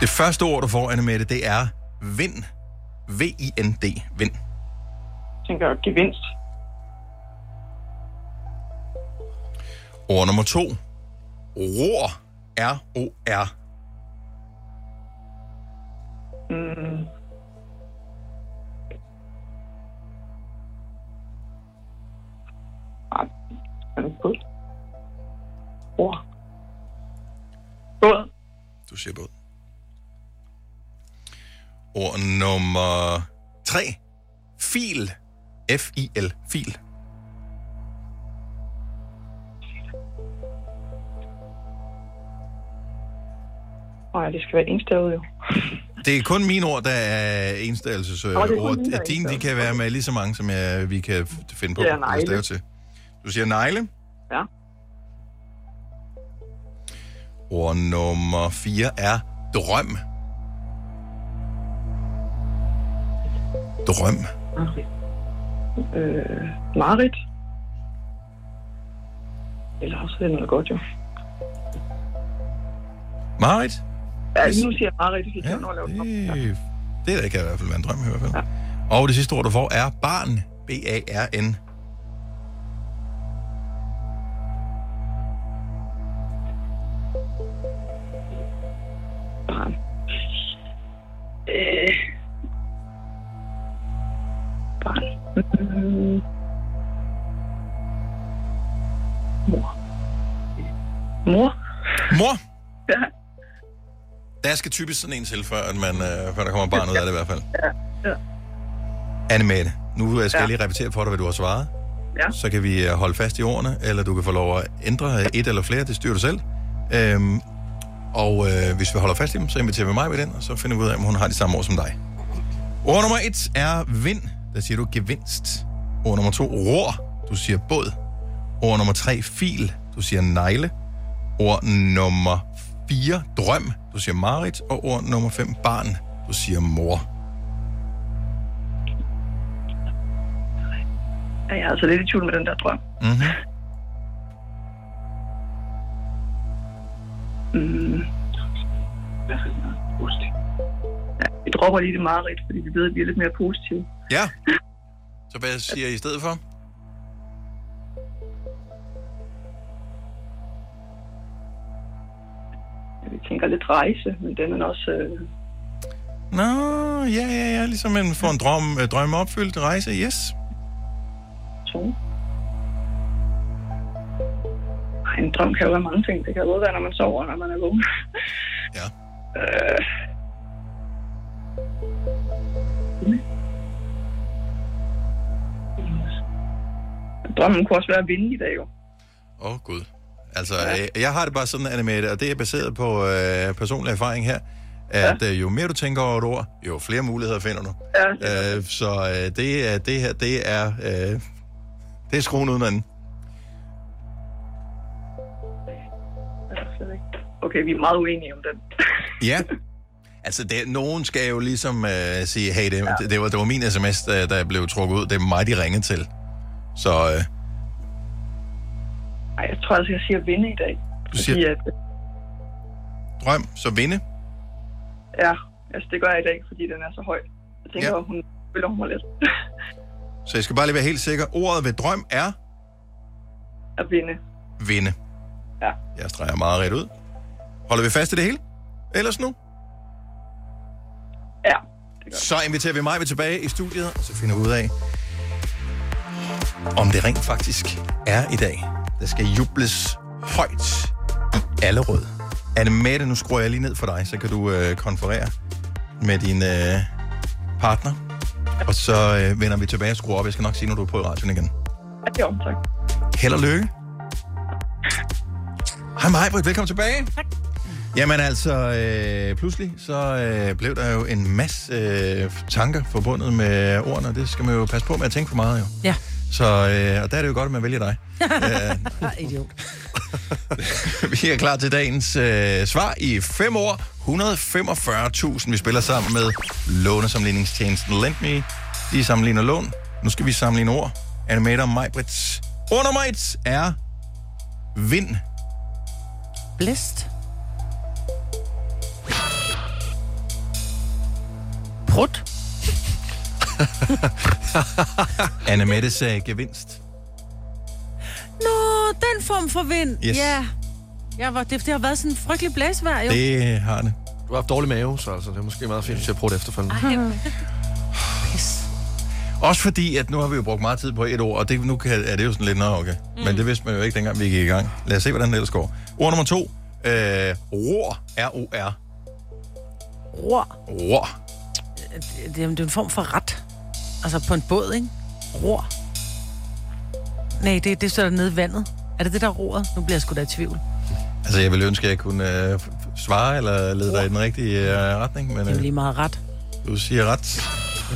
S1: Det første ord, du får, Annemette, det er vind. V-I-N-D. Vind.
S18: Tænker gevinst.
S1: Ord nummer to. Ror. R-O-R.
S18: Mm. Ej, er det godt? Ord. Båd.
S1: Du siger båd. Ord nummer tre. Fil. F-I-L. Fil.
S18: Nej, det skal være enstavet jo.
S1: Det er kun mine ord, der er
S18: Nå, det er kun
S1: enstavelsesord.
S18: mine, der er
S1: Dine, de kan være med lige så mange, som jeg, vi kan f- finde på.
S18: Ja,
S1: at
S18: negle.
S1: stave til. Du siger negle.
S18: Ja.
S1: Ord nummer 4 er drøm. Drøm.
S18: Øh, Marit. Eller også er det noget godt jo.
S1: Marit?
S18: Ja, nu siger jeg Marit, fordi
S1: Altså- ja,
S18: jeg når at lave det.
S1: Det, det der kan i hvert fald være en drøm i hvert fald. Ja. Og det sidste ord, du får, er barn. B-A-R-N.
S18: Øh. Barn. Mm. Mor. Mor?
S1: Mor? Der skal typisk sådan en til, før, at man, øh, før der kommer barn ud af det i hvert fald.
S18: Ja.
S1: Annemette, nu øh, skal
S18: Ja.
S1: ja. jeg lige repetere for dig, hvad du har svaret.
S18: Ja.
S1: Så kan vi øh, holde fast i ordene, eller du kan få lov at ændre øh, et eller flere, det styrer du selv. Øhm, og øh, hvis vi holder fast i dem, så inviterer vi mig ved den, og så finder vi ud af, om hun har de samme ord som dig. Ord nummer et er vind. Der siger du gevinst. Ord nummer to, ror. Du siger båd. Ord nummer tre, fil. Du siger negle. Ord nummer 4, drøm. Du siger Marit. Og ord nummer 5, barn. Du siger mor.
S18: Ja, jeg er altså lidt i tvivl med den der drøm.
S1: Mm-hmm.
S18: Mm. Hvad for noget? Positivt. Ja, vi dropper lige det Marit, fordi vi ved, at vi er lidt mere positive.
S1: Ja. Så hvad siger I i stedet for?
S18: Vi tænker lidt rejse, men den er også... Øh,
S1: Nå, ja, ja, ja. Ligesom man får en drøm, øh, drøm opfyldt rejse. Yes.
S18: ej, en drøm kan jo være mange ting. Det kan jo både være, når man sover, og når man er vågen.
S1: [laughs] Ja.
S18: Øh. Drømmen kunne også være at vinde i dag, jo.
S1: Åh, oh, Gud. Altså, ja. jeg har det bare sådan, Annemette, og det er baseret på øh, personlig erfaring her, at ja. øh, jo mere du tænker over et ord, jo flere muligheder finder du. Ja. Øh, så øh, det, er, det her, det er, øh, det er skruen uden anden.
S18: Okay, vi er meget uenige om den. [laughs]
S1: Ja. Altså, det, nogen skal jo ligesom øh, sige, hey, det, ja. det, var, det var min sms, der, øh, der blev trukket ud. Det er mig, de ringede til. Så øh,
S18: Ej, jeg tror altså, jeg siger vinde i dag.
S1: du siger,
S18: Fordi at,
S1: drøm, så vinde.
S18: ja, altså det gør jeg i dag, fordi den er så høj. Jeg tænker, ja. hun føler hun mig lidt [laughs]
S1: Så jeg skal bare lige være helt sikker. Ordet ved drøm er
S18: at vinde.
S1: vinde.
S18: Ja.
S1: Jeg streger meget ret ud. Holder vi fast i det hele? Ellers nu?
S18: Ja.
S1: Så inviterer vi mig tilbage i studiet, og så finder vi ud af, om det rent faktisk er i dag. Der skal jubles højt i Allerød. Anne Mette, nu skruer jeg lige ned for dig, så kan du øh, konferere med din øh, partner. Og så øh, vender vi tilbage og skruer op. Jeg skal nok sige, når du er på i radioen igen.
S18: Ja, jo, tak.
S1: Held og lykke. Hej Majbrit, velkommen tilbage. Tak. Jamen altså, øh, pludselig så øh, blev der jo en masse øh, tanker forbundet med ordene, og det skal man jo passe på med at tænke for meget jo.
S2: Ja.
S1: Så øh, og der er det jo godt, at man vælger dig.
S2: Ah, idiot.
S1: [laughs] Vi er klar til dagens øh, svar i 5 år. 145.000. Vi spiller sammen med lånesamligningstjenesten LendMe. De sammenligner lån. Nu skal vi sammenligne ord. Animator Majbrits. Ord nummer et er vind.
S2: Blæst. Prut.
S1: [laughs] Annemette sagde gevinst.
S2: [laughs] Nå, den form for vind.
S1: Yes.
S2: Ja. Jeg var, det, det har været sådan en frygtelig blæsvejr, jo.
S1: Det har det.
S3: Du har haft dårlig mave, så altså, det er måske meget fint til at prøve det efterfølgende.
S1: Også fordi, at nu har vi jo brugt meget tid på et ord, og det, nu kan, er det jo sådan lidt, nå okay. Mm. Men det vidste man jo ikke, dengang vi gik i gang. Lad os se, hvordan det ellers går. Ord nummer to. Øh, ror. R-O-R.
S2: Ror.
S1: Ror.
S2: Det, det, det, er en form for ret. Altså på en båd, ikke? Ror. Nej, det, det står nede i vandet. Er det det, der er roret? Nu bliver jeg sgu da i tvivl.
S1: Altså, jeg ville ønske, at jeg kunne øh, f- f- svare eller lede dig i den rigtige øh, retning, men
S2: Det er jo
S1: øh,
S2: lige meget ret.
S1: du siger ret.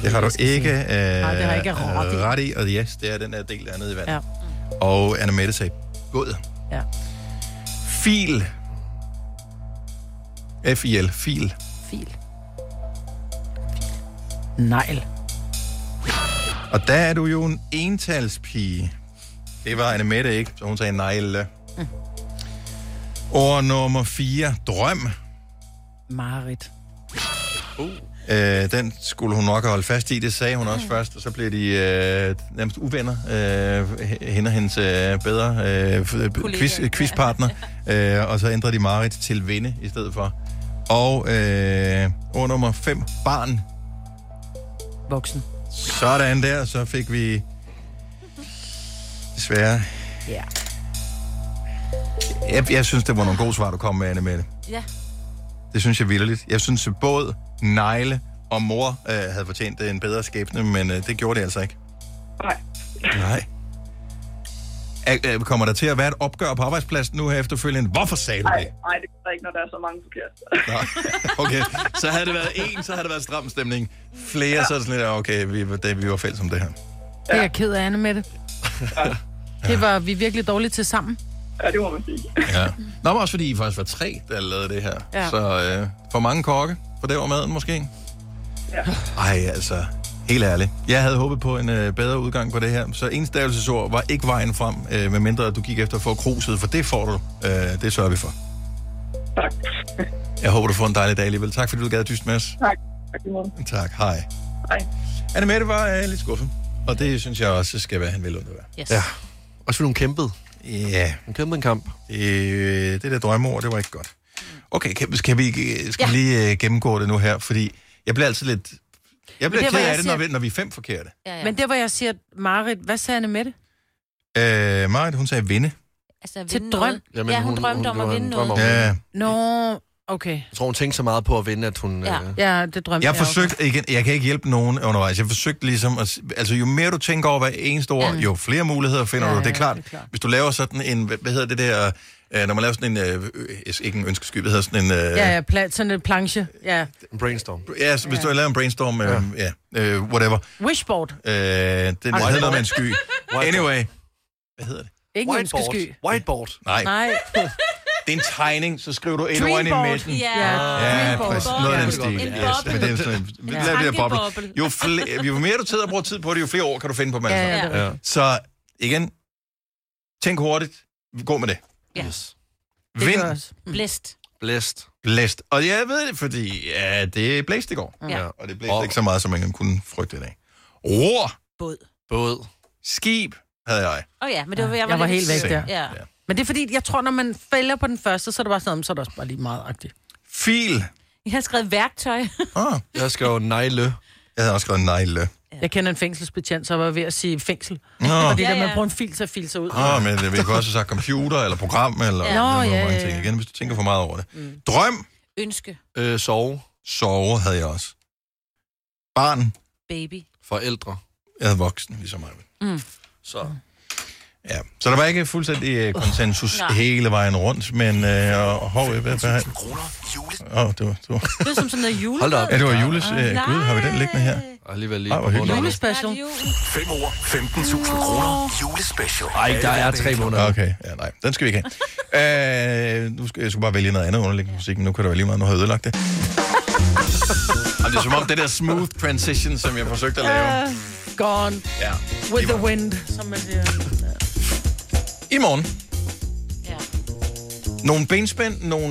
S1: Det har du ikke, øh,
S2: Nej, det har jeg ikke ret i.
S1: ret i. Og yes, det er den der del dernede i vandet.
S2: Ja.
S1: Ja. Og Anna Mette sagde, god.
S2: Ja.
S1: Fil. F-I-L. Fil.
S2: Fil. Negl.
S1: Og der er du jo en entalspige. Det var Anne Mette ikke, så hun sagde negle. Mm.
S2: Mm.
S1: Ord nummer 4. Drøm.
S2: Marit.
S1: Øh, den skulle hun nok holde fast i, det sagde hun også først, og så blev de øh, nærmest uvenner, øh, h- hende og hendes øh, bedre øh, f- quiz, quizpartner, øh, og så ændrede de Marit til vinde i stedet for. Og øh, ord nummer 5, barn.
S2: Voksen.
S1: Sådan der, så fik vi desværre...
S2: Ja.
S1: Jeg, jeg synes, det var nogle gode svar, du kom med, Anne Mette.
S4: Ja.
S1: Det synes jeg vildt. Jeg synes, at både Negle og mor øh, havde fortjent en bedre skæbne, men øh, det gjorde det altså ikke. Nej. Nej. Er, øh, kommer der til at være et opgør på arbejdspladsen nu her efterfølgende? Hvorfor sagde du
S18: Nej,
S1: det?
S18: nej, det gør der ikke, når der er så mange forkert.
S1: [laughs] Okay, så havde det været en, så havde det været stram stemning. Flere, ja. så er det sådan lidt, okay, vi, var- det, vi var fælles om det her.
S2: Det er jeg ked af, Anne Mette. Det var vi er virkelig dårlige til sammen.
S18: Ja, det må man sige.
S1: Ja. Nå, men også fordi I faktisk var tre, der lavede det her.
S2: Ja.
S1: Så øh, for mange kokke, for det var maden måske.
S18: Ja.
S1: Ej, altså, helt ærligt. Jeg havde håbet på en øh, bedre udgang på det her, så enstavelsesord var ikke vejen frem, øh, medmindre du gik efter at få kruset, for det får du. Øh, det sørger vi for. Tak. Jeg håber, du får en dejlig dag alligevel. Tak, fordi du gad dyst med os.
S18: [laughs] Tak. Tak i måde.
S1: Tak, hej.
S18: Hej.
S1: Anne Mette var øh, lidt skuffet, og det synes jeg også skal være, han vil under være.
S4: Yes.
S3: Ja. Også fordi hun kæmpede.
S1: Ja.
S3: Hun kæmpede en kamp.
S1: Øh, det der drømmeord, det var ikke godt. Okay, kan, skal vi, skal
S4: Ja.
S1: ja. vi lige øh, gennemgå det nu her? Fordi jeg bliver altid lidt... Jeg bliver
S2: det er,
S1: ked
S2: hvor
S1: af
S2: jeg
S1: det, når vi, når vi er fem forkerte.
S4: Ja, ja.
S2: Men der, hvor jeg siger, Marit, hvad sagde Anne Mette?
S1: Øh, Marit, hun sagde vinde.
S4: Altså, at
S2: Til
S4: vinde
S2: drøm.
S4: noget. ja, hun, drømte om at vinde noget.
S1: Ja,
S2: Nå, okay.
S3: Jeg tror, hun tænkte så meget på at vinde, at hun...
S4: Ja.
S3: Øh,
S2: Ja, det drømte
S1: jeg forsøgte, igen, jeg kan ikke hjælpe nogen undervejs. Jeg forsøgte ligesom, at, s- altså jo mere du tænker over hver eneste ord,
S2: Ja.
S1: jo flere muligheder finder
S2: Ja,
S1: du.
S2: ja,
S1: Det er klart,
S2: det er klart.
S1: hvis du laver sådan en, hvad hvad hedder det der, øh, når man laver sådan en, øh, øh, ikke en ønskesky, hvad hedder sådan en... øh,
S2: Ja, ja, pla- sådan en planche. Ja.
S3: en brainstorm.
S1: Ja, så hvis du laver en brainstorm, øh, ja, øh, whatever.
S2: Wishboard.
S1: Øh, den hedder noget med en sky. Anyway. Hvad hedder det?
S2: Ikke en ønskesky.
S3: Whiteboard.
S1: Nej.
S2: Nej.
S1: Det er en tegning, så skriver du et ord ind i midten.
S2: Ja,
S1: Ja,
S2: dreamboard.
S1: præcis. Noget af den
S2: Ja,
S1: stil.
S2: en
S1: Yes, men det er sådan, en-
S2: Ja.
S1: lad det der boble.
S2: Tankeboble.
S1: Jo, flere, jo mere du sidder og bruger tid på det, jo flere ord kan du finde på masser.
S2: Ja, ja, det er rigtigt.
S3: Ja.
S1: Så igen, tænk hurtigt. Gå med det.
S4: Ja.
S3: Yes.
S1: Vind,
S4: Blæst.
S3: Blæst.
S1: blæst. Og jeg ved det, fordi ja, det blæste i går.
S4: Ja.
S1: Og det blæste ikke så meget, som man kunne frygte i dag. Ror,
S4: Båd.
S3: båd,
S1: skib havde jeg.
S4: Åh ja, men det var, jeg var,
S2: Jeg var
S4: lidt-
S2: helt væk der.
S4: Ja.
S2: Men det er fordi, jeg tror, når man falder på den første, så er det bare sådan noget, "Men så er det også bare lige meget agtigt.
S1: Fil.
S4: Jeg har skrevet værktøj.
S1: Ah,
S3: Jeg skal jo negle.
S1: jeg havde også skrevet negle.
S2: Jeg kender en fængselsbetjent, så var jeg ved at sige fængsel.
S1: Nå.
S2: Fordi
S4: Ja,
S2: ja, ja.
S4: ja.
S2: man bruger en fil til at file sig ud.
S1: Åh, oh, men det- vi kan også have sagt computer eller program eller
S2: Ja.
S1: ja.
S2: Nå,
S1: mange
S2: ja, ja,
S1: ting
S2: ja.
S1: igen, hvis du tænker for meget over det. Mm. Drøm,
S4: Ønske.
S3: Øh, sove.
S1: sove havde jeg også. Barn,
S4: Baby. Øh,
S3: Forældre.
S1: jeg havde voksen, ligesom mig.
S4: Mm.
S3: Så.
S1: Ja, så der var ikke fuldstændig øh, konsensus
S4: Nej.
S1: oh, hele vejen rundt, men øh, og, hov, hvad, hvad, hvad, Åh, det var, det var.
S4: Det er som sådan noget jule.
S1: Ja, det var jules.
S2: Ah,
S1: Øh, Gud, har vi den liggende her?
S3: Alligevel
S1: lige på hånden.
S4: Julespecial.
S8: 5 år, 15.000 kroner. Julespecial.
S3: Ej, der er tre måneder.
S1: Okay, ja, nej, den skal vi ikke have. Øh, nu skal, jeg skulle bare vælge noget andet underliggende musik, men nu kan det være lige meget, nu har jeg ødelagt det. Jamen, det er som om det der smooth transition, som jeg forsøgte at lave.
S2: Uh, gone
S1: Ja.
S2: with the wind, som man siger.
S1: I morgen. Nogle benspænd, nogle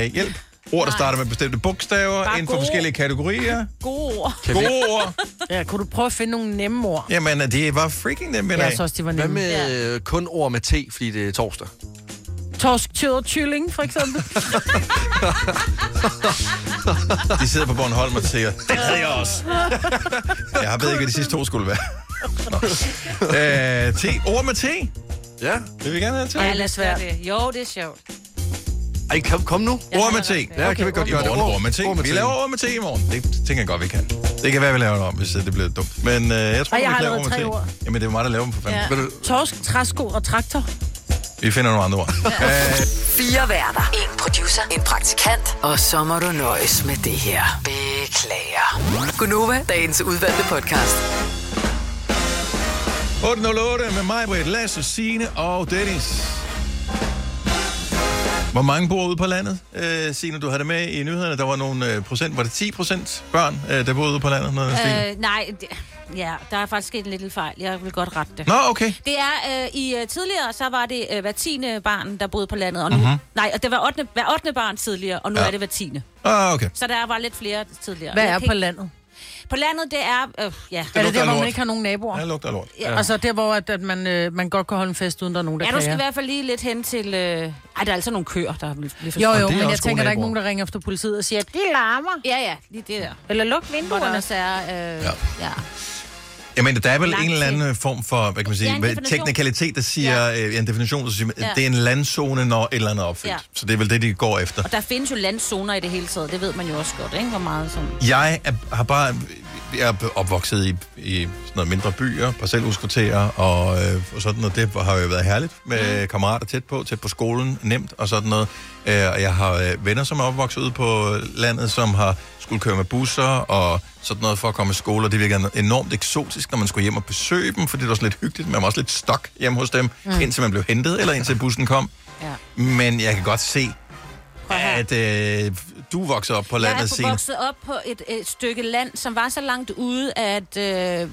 S1: øh, hjælp. Ord, der starter med bestemte bogstaver
S2: Bare
S1: inden for
S2: gode.
S1: forskellige kategorier.
S4: Gode ord.
S1: Kan vi- Gode ord.
S2: ja, kunne du prøve at finde nogle nemme ord?
S1: Jamen, det var freaking nemt i
S2: Jeg
S1: dag.
S2: synes også, de var
S3: Hvad
S2: nemme.
S3: med øh, kun ord med T, fordi det er torsdag?
S2: Torsk, tjød og kylling, for eksempel.
S1: De sidder på Bornholm og siger, [laughs] det havde jeg også. Jeg har ved ikke, hvad de sidste to skulle være. Nå. Øh, te. Ord med te.
S3: Ja.
S1: Vil vi gerne have te?
S4: Ja, lad os være det. Jo, det er sjovt.
S3: Ej, kom, kom nu.
S1: Ord med te.
S3: Ja, kan vi godt
S1: I
S3: gøre det.
S1: morgen, ord med
S3: Ord
S1: te.
S3: med
S1: Vi
S3: te.
S1: laver ord med te i morgen. Det tænker jeg godt, vi kan. Det kan være, vi laver det om, hvis øh, det bliver dumt. Men øh, jeg tror,
S2: Ej, jeg
S1: vi
S2: har
S1: laver
S2: allerede tre
S1: ord
S2: ord.
S1: med te. Jamen, det er mig, der laver dem for fanden.
S2: Ja.
S1: Ved du,
S2: Torsk, træsko og traktor.
S1: Vi finder nogle andre ord. [laughs] Øh,
S6: Fire værter. En producer. En praktikant. Og så må du nøjes med det her. Beklager. Gunova, dagens udvalgte podcast.
S1: 808 med mig, Britt, Lasse, Signe og Dennis. Hvor mange bor ude på landet? Øh, Signe, du havde det med i nyhederne. Der var nogle øh, procent. Var det 10 procent børn, øh, der boede ude på landet? Noget øh.
S4: Øh, nej, det, ja, der er faktisk sket en lille fejl. Jeg vil godt rette det.
S1: Nå, okay.
S4: Det er, øh, i øh, tidligere, så var det øh, hver tiende barn, der boede på landet. Og nu,
S1: Mhm.
S4: Nej, og det var 8, hver 8. barn tidligere, og nu
S1: Ja.
S4: ja. er det hver tiende.
S1: Ah, okay.
S4: Så der var lidt flere tidligere.
S2: Hvad
S4: Jeg
S2: er
S4: kan
S2: på
S4: ikke-
S2: landet?
S4: På landet, det er... Øh, ja.
S2: Er det der, hvor man ikke har nogen naboer?
S1: Ja, det lugter af lort.
S2: Ja. Altså der, hvor at, at man, øh, man godt kan holde en fest, uden der er nogen, der
S4: Ja, du skal i
S2: klager.
S4: hvert fald lige lidt hen til... Øh... Ej, der er altså nogle køer, der vil blive
S2: Jo,
S4: forstyrret.
S2: jo, men jeg tænker, der er ikke nogen, der ringer efter politiet og siger, at de larmer.
S4: Ja, ja, lige det der.
S2: Eller luk
S4: Hvor der
S2: vinduerne.
S4: også er... Øh... Ja. ja.
S1: Jeg mener, der er vel
S4: Lang
S1: en eller
S4: tid.
S1: anden form for, hvad kan man sige,
S4: Ja, en
S1: hvad-
S4: definition.
S1: teknikalitet, der siger, ja. øh, en definition, der siger,
S4: Ja.
S1: ja. det er en landzone, når et eller andet er opfyldt.
S4: Ja.
S1: Ja. Så det er vel det, de går efter.
S4: Og der findes jo landzoner i det hele taget. Det ved man jo også godt, ikke? Hvor meget sådan...
S1: Jeg er, har bare, jeg er opvokset i, i sådan noget mindre byer, parcelhuskvarterer og, øh, og sådan noget. Det har jo været herligt med mm. kammerater tæt på, tæt på skolen, nemt og sådan noget. Øh, og jeg har øh, venner, som er opvokset ude på landet, som har skulle køre med busser og sådan noget for at komme i skole. Og det virker enormt eksotisk, når man skulle hjem og besøge dem, fordi det var sådan lidt hyggeligt. Man var også lidt stok hjemme hos dem,
S19: Mm.
S1: mm. indtil man blev hentet eller indtil bussen kom.
S4: Ja.
S1: Men jeg kan godt se, at øh, du vokser op på
S4: Jeg
S1: landet,
S4: er
S1: Signe.
S4: vokset op på et, et stykke land, som var så langt ude, at... Øh,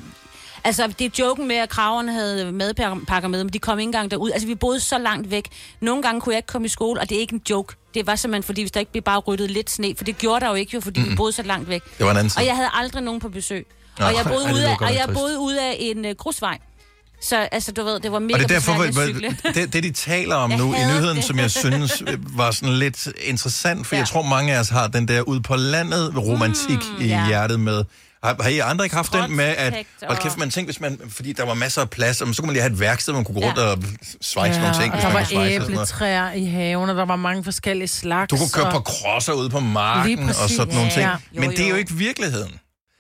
S4: altså, det er joken med, at kraverne havde madpakker med, men de kom ikke engang derud. Altså, vi boede så langt væk. Nogle gange kunne jeg ikke komme i skole, og det er ikke en joke. Det var simpelthen, fordi hvis der ikke blev bare ryddet lidt sne, for det gjorde der jo ikke, jo, fordi mm. vi
S1: Mm-mm.
S4: boede så langt væk.
S1: Det var en anden tid.
S4: Og jeg havde aldrig nogen på besøg.
S1: Nå.
S4: Og jeg
S1: Ej,
S4: boede
S1: det
S4: ud
S1: lyder
S4: af,
S1: godt
S4: og
S1: nok
S4: jeg
S1: trist.
S4: boede ud af en uh, grusvej. Så altså, du ved, det var mega
S1: Og det er derfor, hvor,
S4: besværligt at
S1: hvor,
S4: cykle.
S1: det, det de taler om
S4: Jeg
S1: nu i
S4: hader
S1: nyheden,
S4: det.
S1: som jeg synes øh, var sådan lidt interessant, for ja. jeg tror, mange af os har den der ude på landet romantik mm, i
S19: ja.
S1: ja. hjertet med. Har, har I andre ikke haft den med, at
S19: Skråtspekt
S1: hold kæft, man tænkte, hvis man, fordi der var masser af plads, og så kunne man lige have et værksted, hvor man kunne gå rundt
S2: Ja.
S1: ja. og svejse ja, nogle ting,
S2: og
S1: hvis
S2: der
S1: man kunne
S2: var
S1: svejse. og sådan noget.
S2: æbletræer i haven, og der var mange forskellige slags.
S1: Du kunne køre på
S2: og-
S1: krosser ude på
S2: Lige
S1: marken
S2: præcis.
S1: og sådan nogle
S2: Ja.
S1: ting.
S2: Ja.
S1: Men
S2: Jo,
S1: det er
S2: jo.
S1: jo ikke virkeligheden.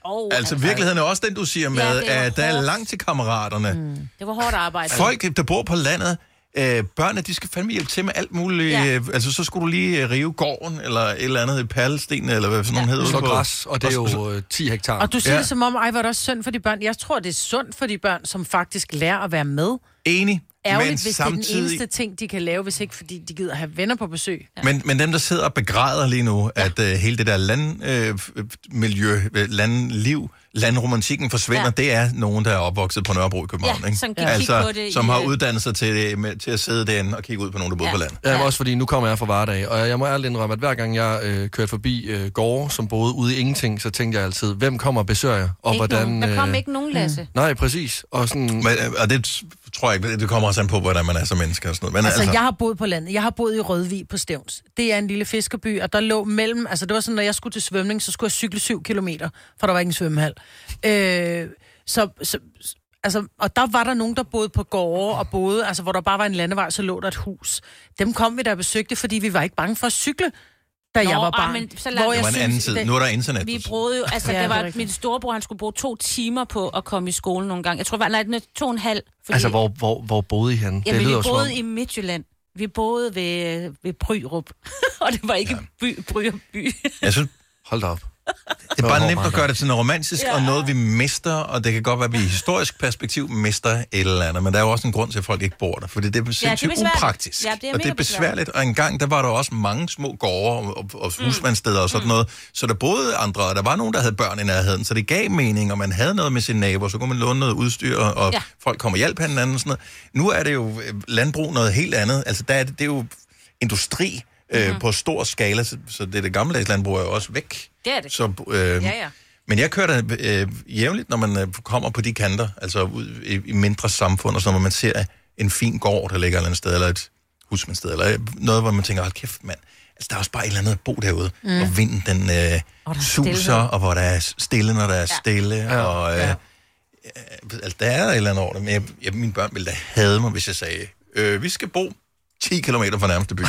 S4: Oh,
S1: Altså, virkeligheden er også den, du siger med,
S4: det er
S1: at der er
S4: hårdt.
S1: langt til kammeraterne.
S4: Det var hårdt arbejde.
S1: Folk, der bor på landet, øh, børnene, de skal fandme hjælpe til med alt muligt.
S4: Ja.
S1: Ja. Øh, altså, så skulle du lige øh, rive gården, eller et eller andet i pallesten, eller hvad sådan ja. hedder.
S3: Så
S1: ude på-
S3: græs, og det er jo
S1: så-
S3: øh, 10 hektar.
S2: Og du siger ja. det som om, ej, hvor er det også synd for de børn. Jeg tror, det er sundt for de børn, som faktisk lærer at være med.
S1: Enig.
S2: Ærgerligt,
S1: men
S2: hvis det er
S1: samtidig-
S2: den eneste ting, de kan lave, hvis ikke fordi de gider have venner på besøg.
S1: Men, men dem, der sidder og begræder lige nu, ja. at øh, hele det der landmiljø, øh, f- miljø, øh, landliv, landromantikken forsvinder, ja. det er nogen, der er opvokset på Nørrebro i København.
S4: Ja,
S1: ikke?
S4: som kan kigge på
S1: altså,
S4: det
S1: som
S4: i,
S1: har
S4: øh,
S1: uddannet sig til, det, med, til at sidde derinde og kigge ud på nogen, der bor ja. på landet.
S3: Ja, men også fordi nu kommer jeg fra hverdag, og jeg må ærligt indrømme, at hver gang jeg øh, kørte forbi øh, gårde, som boede ude i ingenting, så tænkte jeg altid, hvem kommer og besøger jer, og
S4: Ikke
S3: hvordan... øh,
S4: nogen. Der kom ikke nogen, Lasse. Mm.
S3: Nej, præcis. Og, sådan...
S1: Men, øh, og det t- tror jeg ikke, det kommer også an på, hvordan man er som menneske og sådan noget. Men,
S2: Altså, jeg har boet på landet. Jeg har boet i Rødvig på Stævns. Det er en lille fiskerby, og der lå mellem... Altså, det var sådan, når jeg skulle til svømning, så skulle jeg cykle 7 kilometer, for der var ikke en svømmehal. Øh, så, så, altså, og der var der nogen, der boede på gårde og boede... Altså, hvor der bare var en landevej, så lå der et hus. Dem kom vi der og besøgte, fordi vi var ikke bange for at cykle. da jeg var barn.
S4: ej, så langt-
S2: Hvor
S1: Det
S2: jeg
S1: var en
S2: synes,
S1: anden tid.
S4: det-
S1: Nu er der internet.
S4: Vi brugte jo,
S2: [laughs]
S4: altså
S2: Ja,
S4: ja, det
S2: det er
S4: var,
S2: rigtigt.
S4: min storebror, han skulle bruge to timer på at komme i skole nogle gange. Jeg tror, det var, nej, den er to og en halv. Fordi,
S3: Altså, hvor, hvor, hvor boede I henne?
S4: Jamen,
S3: det lyder
S4: vi
S3: jo som om-
S4: boede i Midtjylland. Vi boede ved, ved Bryrup, [laughs] og det var ikke ja. by, Bryrup
S2: [laughs]
S4: by.
S1: Jeg synes,
S3: Hold da op.
S1: Det er bare
S3: Hvor
S1: nemt at
S3: meget
S1: gøre det til noget romantisk, ja. og noget vi mister, og det kan godt være, at vi i historisk perspektiv mister et eller andet, men der er jo også en grund til, at folk ikke bor der, for det er sindssygt ja,
S4: besværligt.
S1: upraktisk,
S4: Ja, det
S1: og det
S4: er mega
S1: er besværligt, og engang der var der også mange små gårde og, og mm. husmandsteder og sådan noget, så der boede andre, og der var nogen, der havde børn i nærheden, så det gav mening, og man havde noget med sine naboer, så kunne man låne noget udstyr, og
S4: Ja.
S1: ja. folk kom og hjalp hinanden og sådan noget. Nu er det jo øh, landbrug noget helt andet, altså der er det, det er jo industri øh,
S4: Mhm.
S1: på stor skala, så, så det, det gammeldags landbrug er jo også væk.
S4: Det er det.
S1: Så, øh,
S4: Ja, ja.
S1: Men jeg kører da øh, jævnligt, når man øh, kommer på de kanter, altså ud i, i mindre samfund, og sådan, hvor man ser en fin gård, der ligger et eller andet sted, eller et husmandsted, eller noget, hvor man tænker, hold kæft, mand, altså, der er også bare et eller andet at bo derude,
S4: Mm.
S1: mm. hvor vinden den øh,
S4: Og der er
S1: suser,
S4: stilhed.
S1: og hvor der er stille, når der er stille, ja. og øh, ja. altså, der er et eller andet over det, men jeg, jeg, mine børn ville da hade mig, hvis jeg sagde, øh, vi skal bo 10 km fra nærmeste by.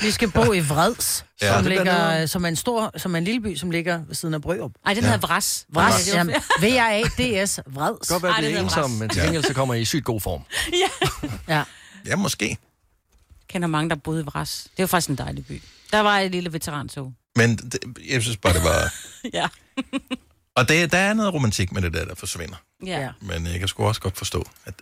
S2: Vi skal bo i Vreds,
S1: Ja.
S2: ja. som,
S1: Det bliver
S2: ligger,
S1: noget.
S2: som, er en stor, som er en lille by, som ligger ved siden af Brørup.
S4: Ej, den
S2: ja.
S4: ja. hedder Vras.
S2: Vras.
S4: Ja, det var-
S2: Jamen, V-R-A-D-S. Vreds.
S3: Godt være, at vi er ensomme, men til gengæld så kommer I i sygt god form.
S2: Ja.
S1: ja, måske.
S4: kender mange, der boede i Vras. Det var faktisk en dejlig by. Der var et
S2: [laughs]
S4: lille veterantog.
S1: Men det, jeg synes bare, det var...
S4: Ja.
S1: Og det, der er noget romantik med det der, der forsvinder.
S4: Ja.
S1: Men jeg kan sgu også godt forstå, at...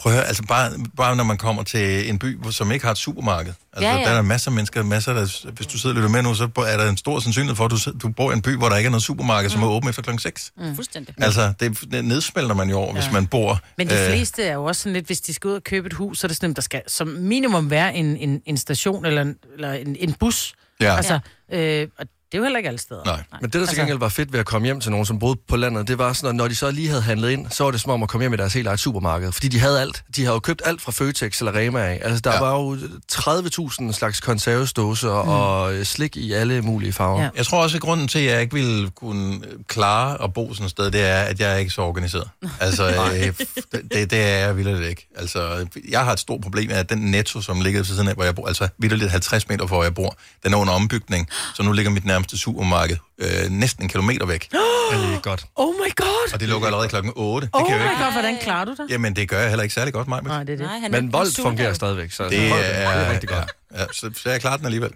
S1: Prøv at høre, altså bare, bare når man kommer til en by, hvor- som ikke har et supermarked. Altså,
S4: Ja, ja.
S1: der er der masser af mennesker, masser der, hvis du sidder og lytter med nu, så er der en stor sandsynlighed for, at du, sid- du bor i en by, hvor der ikke er noget supermarked, mm. som er åbent efter klokken 6.
S4: Mm. Fuldstændig.
S1: Altså, det, det nedsmelter man jo over, ja.
S2: Ja.
S1: hvis man bor...
S2: Men de
S1: øh,
S2: fleste er jo også sådan lidt, hvis de skal ud og købe et hus, så er det sådan, at der skal som minimum være en, en, en station eller en, eller en, en bus.
S3: Ja.
S2: Altså, øh, og det er jo heller ikke alle steder.
S1: Nej.
S3: Men det, der til gengæld var fedt ved at komme hjem til nogen, som boede på landet, det var sådan, at når de så lige havde handlet ind, så var det som om at komme hjem i deres helt eget supermarked. Fordi de havde alt. De havde jo købt alt fra Føtex eller Rema af. Altså, der ja. var jo 30.000 slags konservesdåser mm. og øh, slik i alle mulige farver. Ja.
S1: Jeg tror også, at grunden til, at jeg ikke ville kunne øh, klare at bo sådan et sted, det er, at jeg er ikke så
S3: [laughs]
S1: organiseret. Altså, øh, f- det, det er jeg vildt ikke. Altså, jeg har et stort problem med, at den netto, som ligger ved siden af, hvor jeg bor, altså vildt 50 meter fra, hvor jeg bor, den er under ombygning, så nu ligger mit nærmeste supermarked øh, næsten en kilometer
S3: [gasps]
S1: væk. Det er godt.
S2: Oh my god!
S1: Og det lukker allerede klokken 8.
S2: Oh
S1: det kan jeg jo
S2: my
S1: ikke.
S2: god, hvordan klarer du det?
S1: Jamen, det gør jeg heller ikke særlig godt, mig.
S2: Nej, det er det. Nej, han er
S3: Men
S2: ikke
S3: vold
S2: en sultan.
S3: fungerer stadigvæk, så
S1: Det
S3: Vold, det er
S1: er...
S3: rigtig godt.
S1: Ja, ja, så, så jeg klarer den alligevel.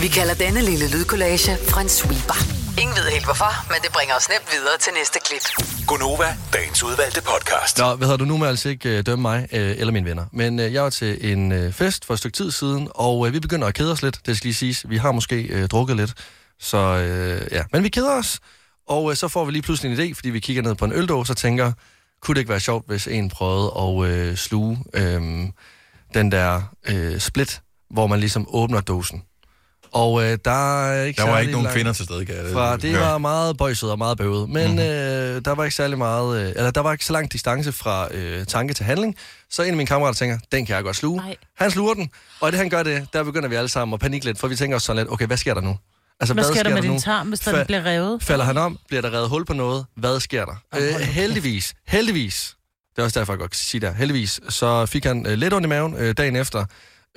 S6: Vi kalder denne lille lydkollage en sweeper. Ingen ved helt hvorfor, men det bringer os nemt videre til næste klip.
S8: Gunova, dagens udvalgte podcast.
S3: Nå, hvad hedder du nu med altså ikke øh, dømme mig øh, eller mine venner. Men øh, jeg var til en øh, fest for et stykke tid siden, og øh, vi begynder at kede os lidt. Det skal lige siges. Vi har måske øh, drukket lidt. Så øh, ja, men vi keder os. Og øh, så får vi lige pludselig en idé, fordi vi kigger ned på en øldåse og tænker, kunne det ikke være sjovt, hvis en prøvede at øh, sluge øh, den der øh, split, hvor man ligesom åbner dåsen. Og øh, der er ikke
S1: Der var
S3: særlig
S1: ikke nogen
S3: lang-
S1: kvinder til stede, kan jeg
S3: Fra, det
S1: høre.
S3: var meget bøjset og meget bøvet, men mm-hmm. øh, der var ikke særlig meget, øh, eller der var ikke så lang distance fra øh, tanke til handling, så en af mine kammerater tænker, den kan jeg godt sluge.
S4: Nej.
S3: Han sluger den, og i det han gør det, der begynder vi alle sammen at panikke lidt, for vi tænker os sådan lidt, okay, hvad sker der nu?
S2: Altså, hvad sker der med
S3: nu?
S2: din tarm, hvis den
S3: Fa-
S2: bliver revet?
S3: Falder han om? Bliver der reddet hul på noget? Hvad sker der? Øh, heldigvis, heldigvis, det er også derfor, jeg godt kan sige der, heldigvis, så fik han øh, lidt ondt i maven øh, dagen efter,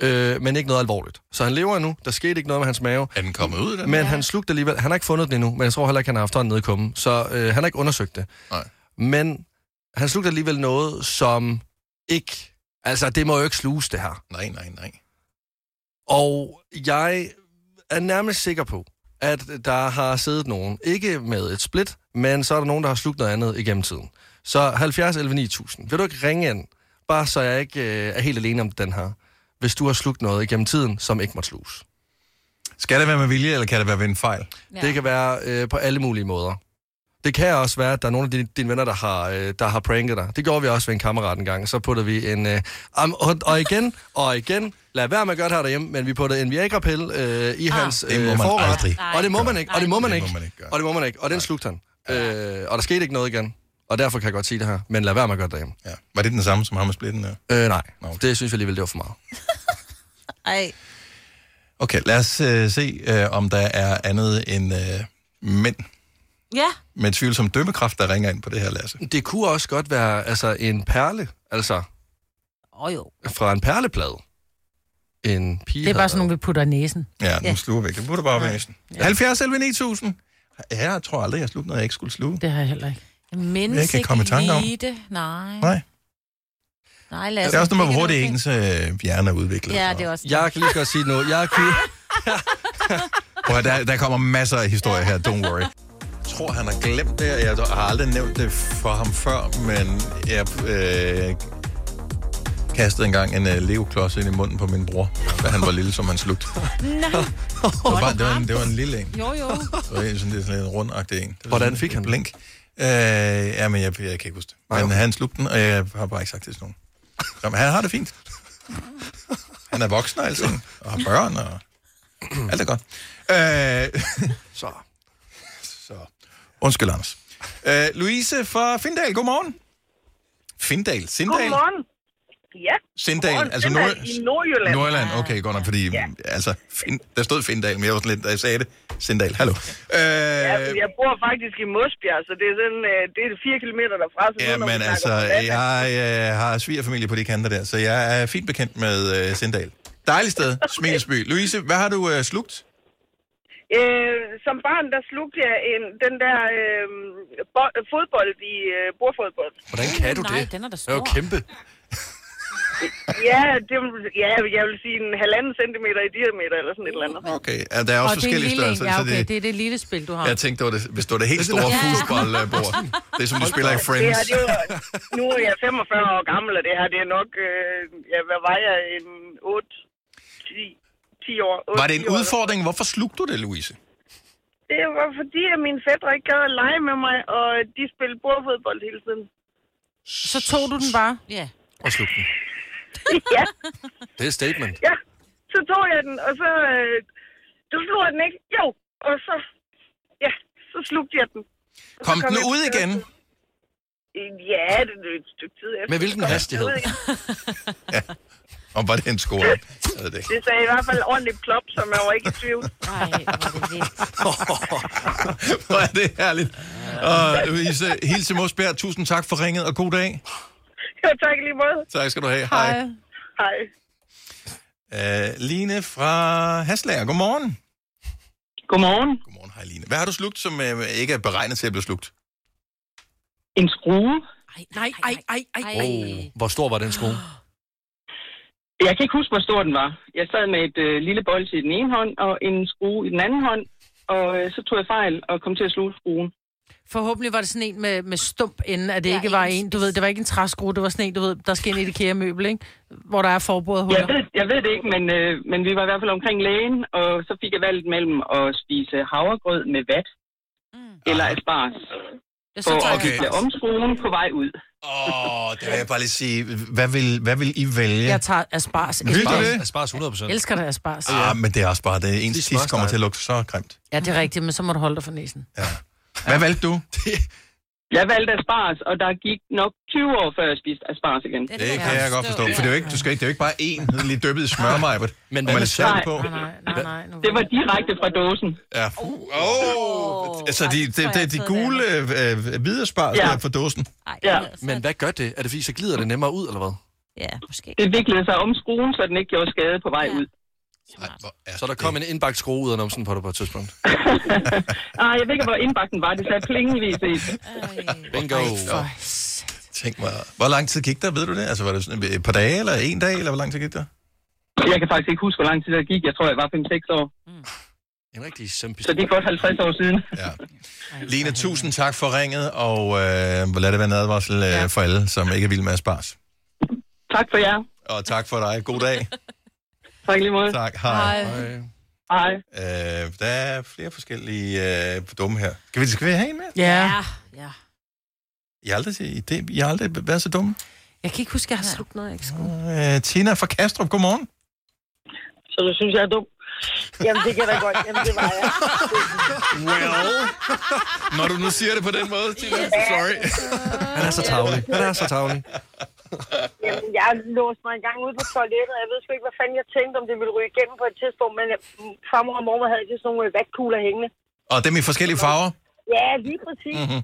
S3: øh, men ikke noget alvorligt. Så han lever endnu, der skete ikke noget med hans mave.
S1: Er den kommet ud, den?
S3: Men han slugte alligevel, han har ikke fundet den endnu, men jeg tror heller ikke, han har haft hånden nede i kummen, så øh, han har ikke undersøgt det.
S1: Nej.
S3: Men han slugte alligevel noget, som ikke, altså det må jo ikke sluges det her.
S1: Nej, nej, nej.
S3: Og jeg er nærmest sikker på, at der har siddet nogen, ikke med et split, men så er der nogen, der har slugt noget andet igennem tiden. Så 70 11 9000. Vil du ikke ringe ind, bare så jeg ikke øh, er helt alene om den her, hvis du har slugt noget igennem tiden, som ikke måtte sluges.
S1: Skal det være med vilje, eller kan det være ved en fejl?
S3: Ja. Det kan være øh, på alle mulige måder. Det kan også være, at der er nogle af dine, dine venner, der har, øh, der har pranket dig. Det gjorde vi også ved en kammerat en gang. Så puttede vi en... Øh, am- og, og igen, og igen. Lad være med at gøre det her derhjemme, men vi puttede en Viagra-pille øh, i ah, hans øh,
S1: Det må man
S3: forret.
S1: aldrig
S3: Og det må man ikke, og det må man
S1: Det
S3: ikke.
S1: må man
S3: Og det må man ikke, og den slugte han. Øh, og der skete ikke noget igen. Og derfor kan jeg godt sige det her, men lad være med at gøre det derhjemme.
S1: Ja. Var det den samme som ham med splitten der?
S3: Øh, nej, det synes jeg alligevel, det var for meget.
S4: Ej.
S1: Okay, lad os øh, se, øh, om der er andet end øh, mænd
S4: Ja.
S1: med tvivl som dømmekraft, der ringer ind på det her, Lasse.
S3: Det kunne også godt være altså, en perle, altså
S4: Åh oh, jo.
S3: fra en perleplade. en pige
S2: Det er bare sådan nogle, vi putter i næsen.
S1: Ja, den sluger væk. Det burde bare være næsten. Ja. 70 11 9000. Jeg tror aldrig, jeg slugte noget, jeg ikke skulle sluge.
S2: Det har jeg heller ikke.
S4: Jeg mindes
S1: Jeg kan komme i tanke om.
S4: lige det. Nej.
S1: Nej.
S4: Nej, lad
S1: Det
S4: os
S1: er også noget med,
S4: ikke
S1: hvor hurtigt
S4: noget
S1: ens øh, hjerne er udviklet.
S4: Ja, det er også
S3: Jeg kan lige så godt sige noget. Jeg kan...
S1: [laughs] Prøv, at høre, der, der kommer masser af historier her, don't worry. Jeg tror, han har glemt det, og jeg har aldrig nævnt det for ham før, men jeg øh, kastede engang en øh, legoklods ind i munden på min bror, da han var lille, som han slugte.
S4: Nej.
S1: Det var, bare, det, var en, det var en lille en.
S4: Jo, jo.
S1: Det var en sådan lidt sådan en rundagtig en. Det var
S3: Hvordan
S1: sådan
S3: fik
S1: en
S3: han den?
S1: Blink. Øh, ja, men jeg, jeg kan ikke huske det. Men han slugte den, og jeg har bare ikke sagt det til nogen. Så, men han har det fint. Han er voksen og alting, og har børn, og alt er godt. Øh, så. så. Undskyld, Anders. Øh, Louise fra Findal, godmorgen. Findal, Sindal?
S18: Godmorgen. Ja.
S1: Sindal,
S18: Godmorgen,
S1: altså
S18: Sindal
S1: Nord-
S18: i Nordjylland.
S1: Nordjylland, okay, godt nok, fordi ja. altså, fin, der stod Findal, men jeg var sådan lidt, da jeg sagde det, Sindal, hallo. Øh,
S18: Ja, men jeg bor faktisk i Mosbjerg, så det er, sådan, øh, det er fire kilometer derfra. Så
S1: Ja, men altså, jeg øh, har svigerfamilie på de kanter der, så jeg er fint bekendt med øh, Sindal. Dejligt sted, Smilsby. Louise, hvad har du øh, slugt?
S18: Øh, som barn, der slugte jeg en, den der øh, bo- fodbold i øh, bordfodbold.
S3: Hvordan
S2: Øh,
S3: kan du det?
S4: Den er da
S3: stor. Det er jo kæmpe.
S18: Ja, det, ja, jeg vil sige en halvanden centimeter i diameter eller sådan et eller andet.
S1: Okay, ja, der er
S2: Og det er
S1: også
S2: en
S1: forskellige
S2: lille en.
S1: størrelser.
S2: Ja,
S1: så
S2: okay, det er det lille spil, du har.
S1: Jeg tænkte, det var det, hvis det var det helt
S18: Det er
S1: store
S18: sådan
S1: ja.
S18: noget-
S1: fodboldbord.
S18: [laughs]
S1: Det er som, de spiller i
S18: Det
S1: Friends.
S18: her, det er
S1: [laughs]
S18: jo, nu er jeg 45 år gammel, og det her, det er nok, øh, ja, hvad var jeg, en 8, 10, 10 år. 8,
S1: Var det en udfordring? Hvorfor slugte du det, Louise?
S18: Det var fordi, at mine fætter ikke gad at lege med mig, og de spillede bordfodbold hele
S1: [laughs]
S18: tiden.
S2: Så tog du den bare?
S4: Ja.
S3: Og slugte den.
S18: ja,
S3: Det er et statement.
S18: ja. Så tog jeg den, og så... Øh, du slog jeg den ikke? Jo. Og så... Ja, så slugte jeg den. Og så
S1: Kom den
S18: jeg
S1: ud
S18: til- Øh,
S1: igen?
S18: Ja, det er et stykke tid efter.
S1: Med hvilken
S18: Så kom jeg
S1: hastighed?
S18: ud igen.
S1: Og var det en score? Jeg ved det ikke.
S18: Det sagde i hvert fald ordentligt plop, som jeg var ikke i tvivl.
S4: Nej, hvor er
S1: [laughs]
S4: det
S1: Hvor er det herligt. Og Louise, hilse Mosbjerg. Tusind tak for ringet, og god dag.
S18: Jo, tak i lige måde.
S1: Tak skal du have. Hej.
S18: Hej.
S1: Uh, Line fra Haslager, godmorgen.
S19: Godmorgen.
S1: Godmorgen, hej Line. Hvad har du slugt, som uh, ikke er beregnet til at blive slugt?
S19: En skrue.
S2: Nej, ej, ej, ej, ej.
S3: Oh, hvor stor var den skrue?
S19: Jeg kan ikke huske, hvor stor den var. Jeg sad med et øh, lille bolde i den ene hånd og en skrue i den anden hånd, og øh, så tog jeg fejl og kom til at sluge skruen.
S2: Forhåbentlig var det sådan en med, med stump inde, at det ja, ikke var en, du ved, det var ikke en træskrue, det var sådan en, du ved, der skal ind i det kære møbel, ikke? Hvor der er forbordet
S19: Jeg
S2: huller.
S19: ved, jeg ved det ikke, men, øh, men vi var i hvert fald omkring lægen, og så fik jeg valget mellem at spise havregrød med vat mm. eller asparges.
S1: Ja, så
S19: For
S1: tager
S19: at
S1: jeg
S19: bytte
S1: asparges.
S19: om skruen på vej ud.
S1: Åh, oh, det vil jeg bare lige sige. Hvad vil, hvad vil I vælge?
S2: Jeg tager asparges.
S1: Vil du det?
S3: Asparges 100%.
S2: Jeg elsker dig asparges.
S1: Ah, men det er også bare det. Ens
S2: Spis
S1: tis kommer
S2: smørsteg.
S1: til at lugte så grimt.
S2: Ja, det er rigtigt, men så må du holde dig for næsen.
S1: Hvad valgte du?
S19: Jeg valgte asparges, og der gik nok 20 år, før jeg spiste asparges igen.
S1: Det kan jeg godt forstå, for det er jo ikke, du skal ikke, det er jo ikke bare én lige dyppet i smørmejbet.
S3: Men
S1: og man er salt
S19: Nej.
S1: på.
S19: Det var direkte fra dåsen.
S1: Ja. Oh, altså, de, de, de, de gule øh, øh, hvide spars
S19: Ja.
S1: ja. fra dåsen.
S19: Ja.
S3: Men hvad gør det? Er det fordi, så glider det nemmere ud, eller hvad?
S4: Ja, måske.
S19: Det viklede sig om skruen, så den ikke gjorde skade på vej ud.
S3: Så der kom en indbagt skrue ud af numsen på dig på et tidspunkt.
S19: Ah, jeg ved ikke, hvor indbakken var. Det sagde plingevis i.
S3: Bingo.
S1: Tænk mig, hvor lang tid gik der, ved du det? Altså, var det sådan et par dage, eller en dag, eller hvor lang tid gik der?
S19: Jeg kan faktisk ikke huske, hvor lang tid der gik. Jeg tror, jeg var 5-6 år.
S3: En rigtig sømpist.
S19: Så det er godt 50 år siden.
S1: Ja. Lene, tusind tak for ringet, og øh, lad det være en advarsel øh, for alle, som ikke er vilde med at spars.
S19: Tak for jer.
S1: Og tak for dig. God dag.
S19: [laughs] Tak lige måde.
S1: Tak. Hej.
S19: Hej.
S1: Øh, der er flere forskellige øh, dumme her. Skal vi, skal vi have en mere?
S2: Ja. ja.
S1: Jeg har aldrig, set- det, jeg har aldrig været så dum.
S2: Jeg kan ikke huske, jeg har slugt noget, jeg ikke skulle.
S1: Øh, Tina fra Kastrup, godmorgen.
S18: Så du synes, jeg er dum? Jamen, det kan jeg da godt. Jamen, det var jeg.
S1: Well, når du nu siger det på den måde, Tina, sorry.
S3: Han er så tavlig. Han er så tavlig.
S18: Jamen, jeg låste mig engang ude på toilettet, og jeg ved sgu ikke, hvad fanden jeg tænkte, om det ville ryge igennem på et tidspunkt, men jeg- mm, farmor og mormor havde altid sådan nogle øh, vatkugler hængende.
S1: Og dem i forskellige farver.
S18: Ja, lige præcis.
S1: Mm-hmm.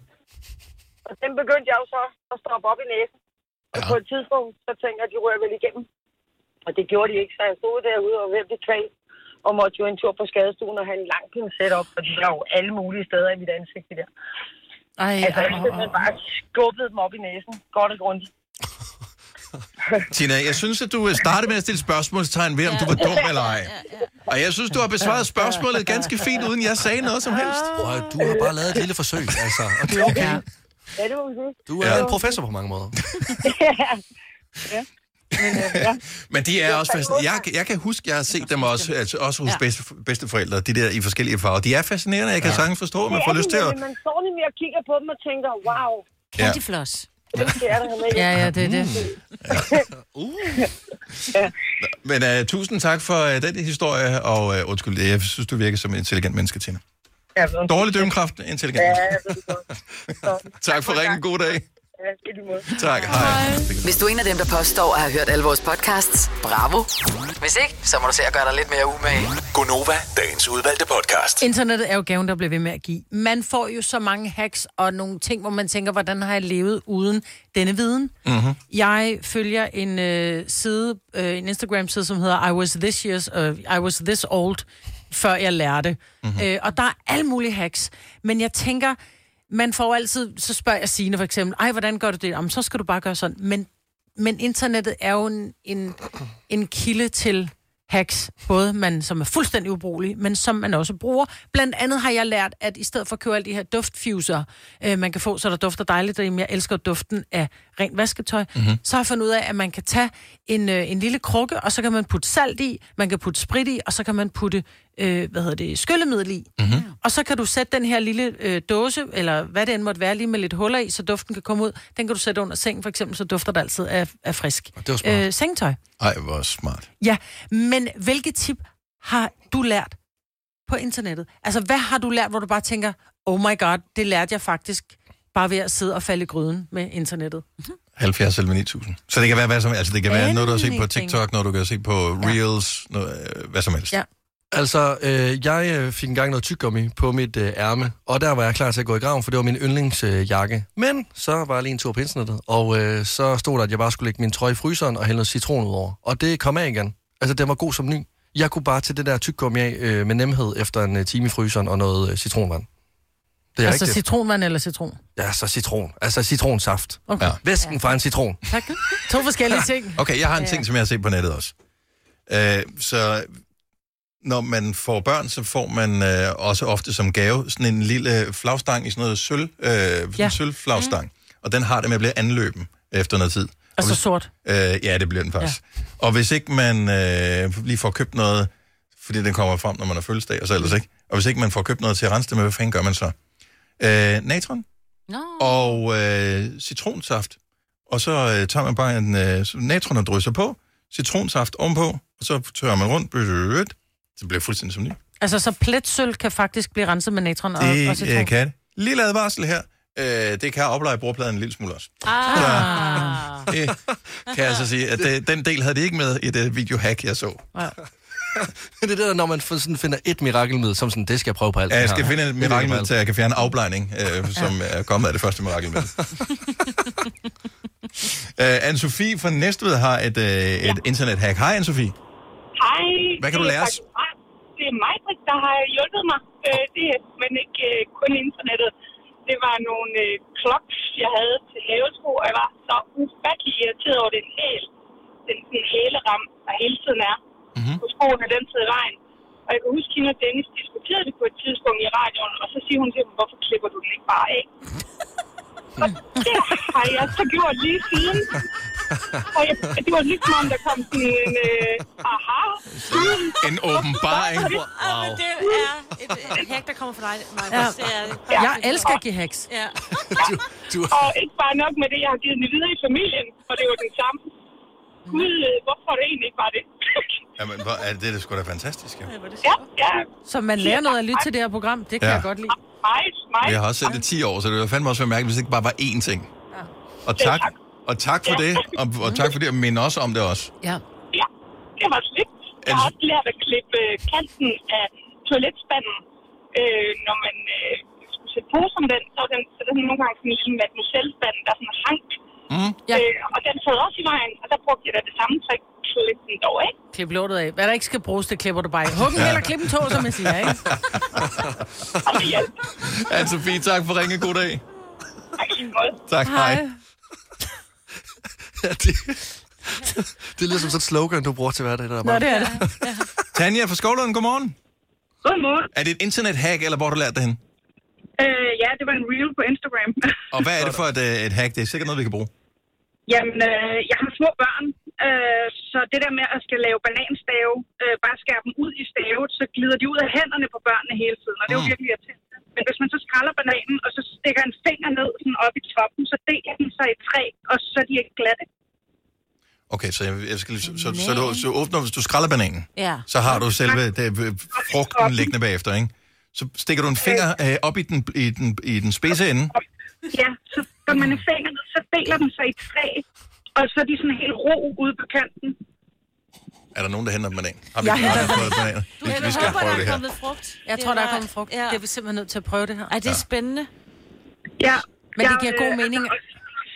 S18: Og den begyndte jeg jo så at stoppe op i næsen. Og på et tidspunkt, så tænkte jeg, at de rører vel igennem.
S7: Og det gjorde de ikke, så jeg stod derude og var ved at blive kvalt og måtte jo en tur på skadestuen og have en lang pincet op, fordi der var jo alle mulige steder i mit ansigt det der.
S2: Ej,
S7: altså, jeg
S2: au, au,
S7: simpelthen bare skubbede dem op i næsen, godt og grundigt.
S1: Tina, jeg synes, at du øh, startede med at stille spørgsmålstegn ved, om du var dum eller ej. Og jeg synes, du har besvaret spørgsmålet ganske fint, uden jeg sagde noget som helst.
S3: Prøv, at- du har bare lavet et lille forsøg, altså. Og det er okay.
S7: Ja, det må man sige.
S3: Du er
S1: Ja.
S3: ja. en professor på mange måder.
S7: [laughs] ja. Men, øh, ja.
S1: [laughs] Men de er også fascinerende. Jeg, jeg kan huske, jeg har set dem også, altså også hos
S7: Ja.
S1: bedste, bedsteforældre, de der i forskellige farver. De er fascinerende, jeg kan ja. sagtens forstå, at man
S7: Det
S1: får
S7: er
S1: lyst til
S7: de,
S1: at...
S7: men Man står nemlig og kigger på dem og tænker, wow.
S1: Ja.
S4: Candyfloss.
S7: Det er der med.
S2: Ja, ja, det er det.
S1: Mm.
S7: [laughs]
S1: Men uh, tusind tak for uh, den historie, og uh, undskyld, jeg synes, du virker som en intelligent menneske, Tina.
S7: Ja,
S1: Dårlig dømmekraft, intelligent.
S7: Ja,
S1: menneske.
S7: jeg ved det godt.
S1: [laughs] Tak for ringen, god dag.
S7: Ja, i lige måde.
S1: Tak, hej.
S6: Hvis du er en af dem, der påstår at have hørt alle vores podcasts, bravo. Hvis ikke, så må du se at gøre dig lidt mere umage.
S8: Gonova, dagens udvalgte podcast.
S2: Internettet er jo gaven, der bliver ved med at give. Man får jo så mange hacks og nogle ting, hvor man tænker, hvordan har jeg levet uden denne viden?
S20: Mm-hmm.
S2: Jeg følger en øh, side, øh, en Instagram-side, som hedder I was this years, øh, I was this old, før jeg lærte. Mm-hmm. Øh, og der er alle mulige hacks. Men jeg tænker, man får altid, så spørger jeg Signe for eksempel, ej, hvordan gør du det? Jamen, så skal du bare gøre sådan. Men, men internettet er jo en, en, en kilde til hacks, både man, som er fuldstændig ubrugelig, men som man også bruger. Blandt andet har jeg lært, at i stedet for at købe alle de her duftfuser, øh, man kan få, så der dufter dejligt derhjemme, jeg elsker duften af rent vasketøj, mm-hmm. så har jeg fundet ud af, at man kan tage en, øh, en lille krukke, og så kan man putte salt i, man kan putte sprit i, og så kan man putte, øh, hvad hedder det, skyllemiddel i. Mm-hmm. Og så kan du sætte den her lille øh, dåse, eller hvad det end måtte være, lige med lidt huller i, så duften kan komme ud. Den kan du sætte under sengen, for eksempel, så dufter det altid af, af frisk
S1: det var
S2: Øh,
S1: smart.
S2: sengtøj.
S1: Ej, hvor smart.
S2: Ja, men hvilke tip har du lært på internettet? Altså, hvad har du lært, hvor du bare tænker, oh my god, det lærte jeg faktisk bare ved at sidde og falde i gryden med internettet?
S1: 70 eller 9000. Så det kan være hvad som Altså, det kan være noget, du har set på
S2: Anything.
S1: TikTok, noget, du kan se på Reels, noget, øh, hvad som helst.
S2: Ja.
S3: Altså, øh, jeg øh, fik engang noget tyggegummi på mit øh, ærme, og der var jeg klar til at gå i graven, for det var min yndlingsjakke. Men så var jeg lige en tur på internettet, og øh, så stod der, at jeg bare skulle lægge min trøje i fryseren og hælde noget citron ud over. Og det kom af igen. Altså, den var god som ny. Jeg kunne bare tage det der tyggegummi af øh, med nemhed efter en øh, time i fryseren og noget øh, citronvand. Det er
S2: altså
S3: rigtigt.
S2: citronvand eller citron?
S3: Ja, så citron. Altså citronsaft.
S2: Okay. Ja.
S3: Væsken fra en citron.
S2: Tak. To forskellige ting.
S1: [laughs] Okay, jeg har en ting, som jeg har set på nettet også. Øh, så når man får børn, så får man øh, også ofte som gave sådan en lille flagstang i sådan noget sølv, øh, ja. sølvflagstang. Mm. Og den har det med at blive anløben efter noget tid.
S2: Altså sort?
S1: Øh, ja, det bliver den faktisk. Ja. Og hvis ikke man øh, lige får købt noget, fordi den kommer frem, når man har fødselsdag, og så ellers ikke. Og hvis ikke man får købt noget til at rense det med, hvad fanden gør man så? Øh, natron
S4: Nå.
S1: og øh, citronsaft. Og så øh, tager man bare en øh, natron og drysser på, citronsaft ovenpå, og så tørrer man rundt. Blødt. Det bliver fuldstændig som ny.
S2: Altså, så pletsøl kan faktisk blive renset med natron og, og
S1: Det
S2: citron?
S1: øh, kan det. Lille advarsel her. Øh, det kan opleje bordpladen en lille smule også.
S2: Ah.
S1: Det
S2: [laughs]
S1: kan jeg så sige. At det, den del havde de ikke med i det videohack, jeg så.
S3: det er det der, når man for- sådan finder et mirakelmiddel, som sådan, det skal jeg prøve på alt
S1: Ja, jeg
S3: det
S1: skal
S3: her.
S1: finde et
S3: Det
S1: mirakelmiddel
S3: virker
S1: til, at jeg kan fjerne afblejning, øh, som er kommet af det
S2: [laughs]
S1: første mirakelmiddel. øh, Anne-Sophie fra Næstved har et, øh, et internethack. Hej, Anne-Sophie.
S18: Hej.
S1: Hvad kan du
S18: det er
S1: lære os?
S18: faktisk mig. Det er mig, Britt, der har hjulpet mig. Øh, Det er men ikke øh, kun internettet. Det var nogle øh, kloks, jeg havde til havesko, og jeg var så ufattelig irriteret over den hæl. Den sådan hæleram, der hele tiden er
S1: Mhm.
S18: mm-hmm. på skoene, den tid i vejen. Og jeg kan huske, at hende og Dennis diskuterede det på et tidspunkt i radioen, og så siger hun til mig, hvorfor klipper du den ikke bare af? Og det har jeg så gjort lige siden. Og jeg, det var ligesom om, der kom sådan en øh, aha.
S1: En åbenbaring.
S4: Wow. Ah, Men det er et, et hack, der kommer fra dig, Maja.
S2: Ja.
S4: Det er det.
S2: Jeg elsker at give hacks.
S4: Ja.
S18: du, du... Og ikke bare nok med det, jeg har givet det videre i familien, og det var den samme. Gud, øh, hvorfor er det egentlig ikke bare det?
S1: Jamen, hvor er det, det er sgu da fantastisk, jo.
S18: ja, ja.
S2: Så man lærer noget at lytte til det her program. Det kan
S1: Ja.
S2: jeg godt lide.
S18: Meget, meget.
S1: Jeg har også set det i 10 år, så det ville fandme også være mærkeligt, hvis det ikke bare var én ting. Og tak, og tak for det, og, og tak for det, og minde os om det også.
S2: Ja.
S18: Ja, det var slidt. Jeg har også lært at klippe øh, kanten af toiletspanden, øh, når man øh, skulle sætte på som den, så var den, så den nogle gange sådan ligesom en lille mademoisellespand, der sådan hang.
S1: Mm.
S18: Ja. Øh, og den sad også i vejen, og der brugte jeg da det samme trick, klod
S21: lidt sådan dog, ikke?
S2: Klip lortet af. Hvad der ikke skal bruges, det klipper du bare af. Huggen eller klip en tog, som man siger,
S1: [laughs]
S2: ikke?
S1: Anne-Sophie, tak for ringe. God dag.
S21: Ej, i måde.
S1: Tak, hej.
S3: Ja, det, det lyder som sådan et slogan, du bruger til hverdag. Der bare.
S2: det.
S1: Tanja fra Skovlund, godmorgen.
S18: Godmorgen.
S1: Er det et internethack, eller hvor har du lært det hen?
S18: Øh, ja, det var en reel på Instagram.
S1: Og hvad er det for et, øh, et hack? Det er sikkert noget, vi kan bruge.
S18: Jamen, øh, jeg har små børn, øh, så det der med at skal lave bananstave, øh, bare skære dem ud i stavet, så glider de ud af hænderne på børnene hele tiden, og det er jo virkelig irriterende. Men hvis man så skræller bananen, og så stikker en finger ned sådan op i toppen, så deler den sig i tre, og så er de ikke glatte.
S1: Okay, så, jeg, jeg skal, lige- så, så, så, du, så åbner, hvis du skræller bananen,
S18: Ja.
S1: så har du selve det, øh, frugten liggende bagefter, ikke? Så stikker du en finger øh, op i den, i den, i den spidse ende.
S18: Ja, så stikker man en finger ned, så deler den sig i tre, og så er de sådan helt ro ude på kanten.
S1: Er der nogen, der henter en banan? Har vi
S18: Jeg
S1: ikke
S18: henter
S1: prøvet bananer? Vi, vi skal prøve det her.
S2: frugt. Jeg tror, der er kommet frugt. Det er vi simpelthen nødt til at prøve det her. Er det spændende?
S18: Ja.
S2: Men det giver god mening.
S18: Altså,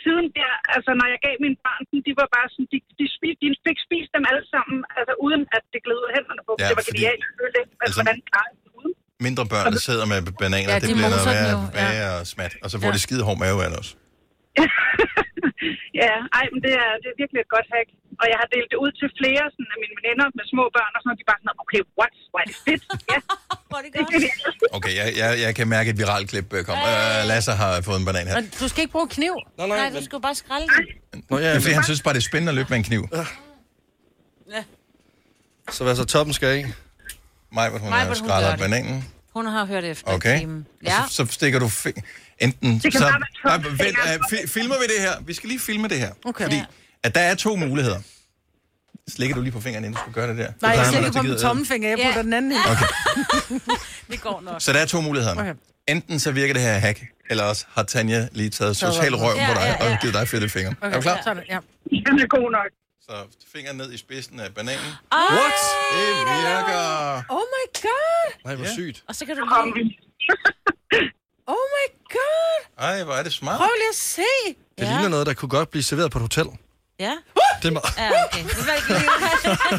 S18: siden der, altså når jeg gav mine børn, den, de var bare sådan, de, de, spis, de fik spist dem alle sammen, altså uden at det gled ud af hænderne på dem.
S1: Ja,
S18: Ja, det var
S1: fordi-
S18: genialt, selvfølgelig. Men
S1: altså-
S18: altså, hvordan klarer de det uden?
S1: Mindre børn, der sidder med bananer,
S18: Ja,
S1: ja, det
S18: de
S1: bliver noget
S18: moser den
S1: værre,
S18: jo, ja.
S1: værre og smat. Og så får
S18: Ja.
S1: de skide hård mave af det også.
S18: Ja, ej, men det er, det er virkelig et godt hack. Og jeg har delt det ud til flere sådan, af mine veninder med små børn, og sådan noget, de er bare sådan, okay, what? Hvor er det
S2: [laughs]
S18: fedt? Ja.
S2: Hvor er det
S18: [laughs] godt.
S1: Okay, jeg, jeg, jeg kan mærke et viralt klip øh, kom. Øh, Lasse har fået en banan her.
S2: Men du skal ikke bruge kniv.
S3: Nej,
S4: nej,
S2: nej du
S4: men-
S2: skal jo bare skrælle den.
S1: Nå, ja, det er fordi, han synes bare, det er spændende at løbe med en kniv.
S3: Øh. Så hvad så toppen skal ikke?
S1: Mig, hvor hun
S4: Maj,
S1: har
S4: hvor hun gør
S1: skrællet
S4: det.
S1: bananen.
S4: Hun har hørt efter.
S1: Okay.
S4: Ja.
S1: Så, så stikker du fing- enten...
S4: Det kan
S1: så,
S4: bare være
S1: nej,
S4: toppen,
S1: men vent,
S4: fingeren.
S1: øh, fi- filmer vi det her? Vi skal lige filme det her.
S2: Okay.
S1: Fordi at der er to muligheder. Slikker du lige på fingeren, inden du skal gøre det der?
S2: Nej, jeg
S1: Det plejer man
S2: slikker
S1: altid
S2: på den
S1: gider.
S2: tomme finger. Jeg putter den anden i. [laughs] det går nok.
S1: Så der er to muligheder.
S2: Okay.
S1: Enten så virker det her hack, eller også har Tanja lige taget
S2: Taget
S1: total
S2: røven.
S1: røv på
S2: Ja,
S1: dig
S2: ja, ja.
S1: og givet dig fedte fingre.
S2: Okay,
S1: er du klar?
S2: Ja. Sådan, ja.
S18: Den er god nok.
S1: Så fingeren ned i spidsen af bananen.
S2: Ej,
S1: What? Det virker!
S2: Oh my god!
S1: Nej, hvor sygt.
S2: Og så kan du lige...
S18: [laughs]
S2: oh my god!
S1: Ej, hvor er det smart.
S2: Prøv lige at se!
S3: Det ligner noget, der kunne godt blive serveret på et hotel.
S2: Ja.
S3: Det er meget...
S4: Ja, okay. Det var ikke lige...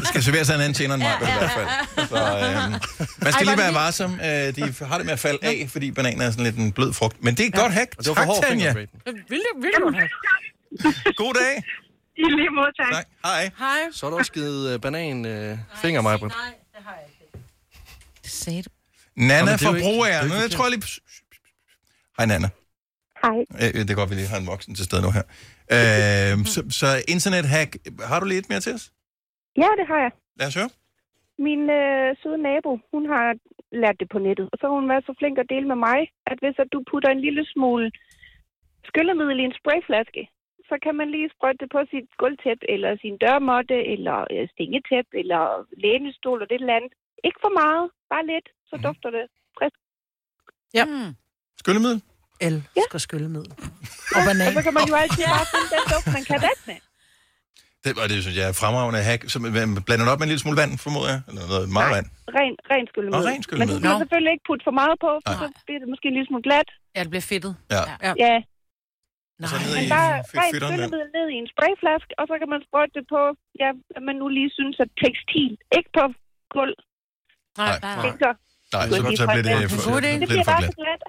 S1: [laughs] Det skal serveres af en anden tjener end mig, ja, ja, ja. i hvert fald. Så, øhm, man skal lige være varsom. Øh, de har det med at falde af, fordi bananer er sådan lidt en blød frugt. Men det er et ja. godt hack.
S3: Og
S1: Tak,
S3: det var for hård
S1: Tanja.
S3: fingerprint.
S2: Vil det, vil du have?
S1: God dag.
S18: I lige måde, tak.
S1: tak. Hej.
S2: Hej.
S3: Så er der også givet øh, banan øh, finger, mig, Britt.
S4: Det sagde du.
S1: Nana
S3: Nå, men det er jo
S1: fra
S3: ikke- det er
S1: Broager.
S3: jo
S1: Nu
S3: ikke
S1: jeg tror jeg lige... Hej, Nana.
S20: Hej.
S1: Øh, det er godt, vi lige har en voksen til stede nu her. Øh, så, så internethack. Har du lige et mere til os?
S20: Ja, det har jeg.
S1: Lad os høre.
S20: Min øh, søde nabo, hun har lært det på nettet, og så har hun været så flink at dele med mig, at hvis at du putter en lille smule skyllemiddel i en sprayflaske, så kan man lige sprøjte det på sit gulvtæp, eller sin dørmåtte, eller øh, sengetæp, eller lænestol, eller det eller andet. Ikke for meget, bare lidt, så
S2: Mhm.
S20: dufter det frisk.
S2: Ja.
S1: Skyllemiddel?
S2: El skal skyllemiddel. Og
S20: Og
S2: banan.
S20: så kan man jo altid bare finde den duft, man kan det med.
S1: Det, og det synes jeg er fremragende hack. Så man blander det op med en lille smule vand, formoder jeg. Eller noget meget vand.
S20: Ren, ren skyllemiddel.
S1: Og ren skyllemiddel.
S20: Men du skal
S1: Nå.
S20: selvfølgelig ikke putte for meget på, for
S1: Nej.
S20: så bliver det måske en lille smule glat.
S2: Ja, det bliver fedtet.
S1: Ja.
S20: Ja. ja.
S1: Og så Altså, ned
S20: Men
S1: i
S20: bare rent
S1: fedterne der.
S20: skyllemiddel ned i en sprayflaske, og så kan man sprøjte det på, ja, hvad man nu lige synes er tekstil. Ikke på gulv.
S1: Nej,
S20: Tænker.
S1: Nej, så, så bliver det for,
S20: det,
S1: lidt
S20: bliver
S1: for
S20: bare
S1: glat.
S20: så glat.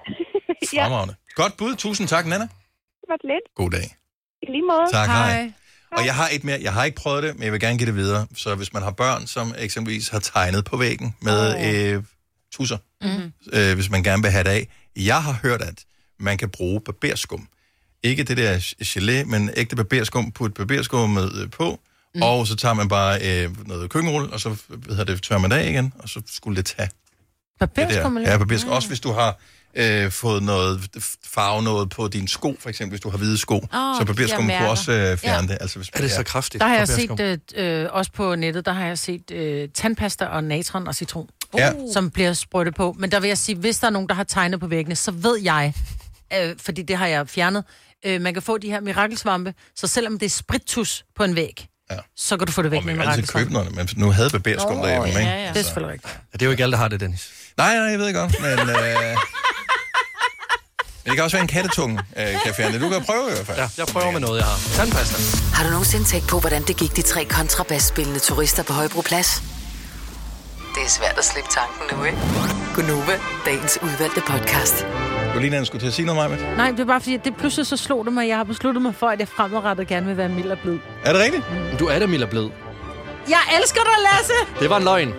S20: [laughs] ja,
S1: Fremragende. Godt bud. Tusind tak, Nana.
S20: det var lidt.
S1: God dag.
S20: I lige måde.
S1: Tak, hej. Og jeg har et mere. Jeg har ikke prøvet det, men jeg vil gerne give det videre. Så hvis man har børn, som eksempelvis har tegnet på væggen med øh, tusser,
S10: Mm-hmm.
S1: øh, hvis man gerne vil have det af. Jeg har hørt, at man kan bruge barberskum. Ikke det der gelé, men ægte barberskum. Put barberskummet øh, på, mm. og så tager man bare øh, noget køkkenrulle, og så hvad hedder det, tørrer man det af igen, og så skulle det tage
S2: Barberskum,
S1: det
S2: eller? Mm.
S1: der. Ja, barberskum. Også hvis du har øh, fået noget farve noget på dine sko, for eksempel, hvis du har hvide sko. Oh, så barberskum
S2: jeg
S1: kunne
S2: mærker.
S1: også øh, fjerne
S2: Ja.
S1: det. Altså, hvis
S3: Er det så kraftigt,
S2: Der har jeg set, øh, øh, også på nettet, der har jeg set øh, tandpasta og natron og citron,
S1: Ja.
S2: som bliver sprøjtet på. Men der vil jeg sige, hvis der er nogen, der har tegnet på væggene, så ved jeg, øh, fordi det har jeg fjernet, øh, man kan få de her mirakelsvampe, så selvom det er spritus på en væg,
S1: ja.
S2: så kan du få det væk
S1: Man
S2: med
S1: kan altid købe
S2: mirakelsvampe.
S1: noget, men nu havde barberskum oh,
S2: Åh,
S1: derhjemme, ikke?
S2: ja, ja. Det er selvfølgelig rigtigt.
S3: Ja, det er jo ikke alle, der har det, Dennis.
S1: Nej, nej, jeg ved godt, men... Øh, Men det kan også være en kattetunge, øh, kan fjerne det. Du kan prøve i hvert fald. Ja,
S3: jeg prøver med noget, jeg har. Tandpasta.
S6: Har du nogensinde tænkt på, hvordan det gik de tre kontrabasspillende turister på Højbroplads? Det er svært at slippe tanken nu, ikke? Gunova, dagens udvalgte podcast.
S1: Du ligner, han skulle til at sige noget, Maja.
S2: Nej, det er bare fordi, at det pludselig så slog det mig, at jeg har besluttet mig for, at jeg fremadrettet gerne vil være mild og blid.
S1: Er det rigtigt?
S3: Du er da mild og blid.
S2: Jeg elsker dig, Lasse!
S3: Det var en løgn.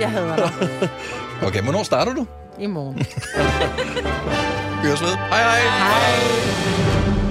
S2: Jeg hader dig.
S1: Okay, hvornår starter du?
S2: I morgen.
S1: Vi høres ved. Hej hej.
S2: Hej.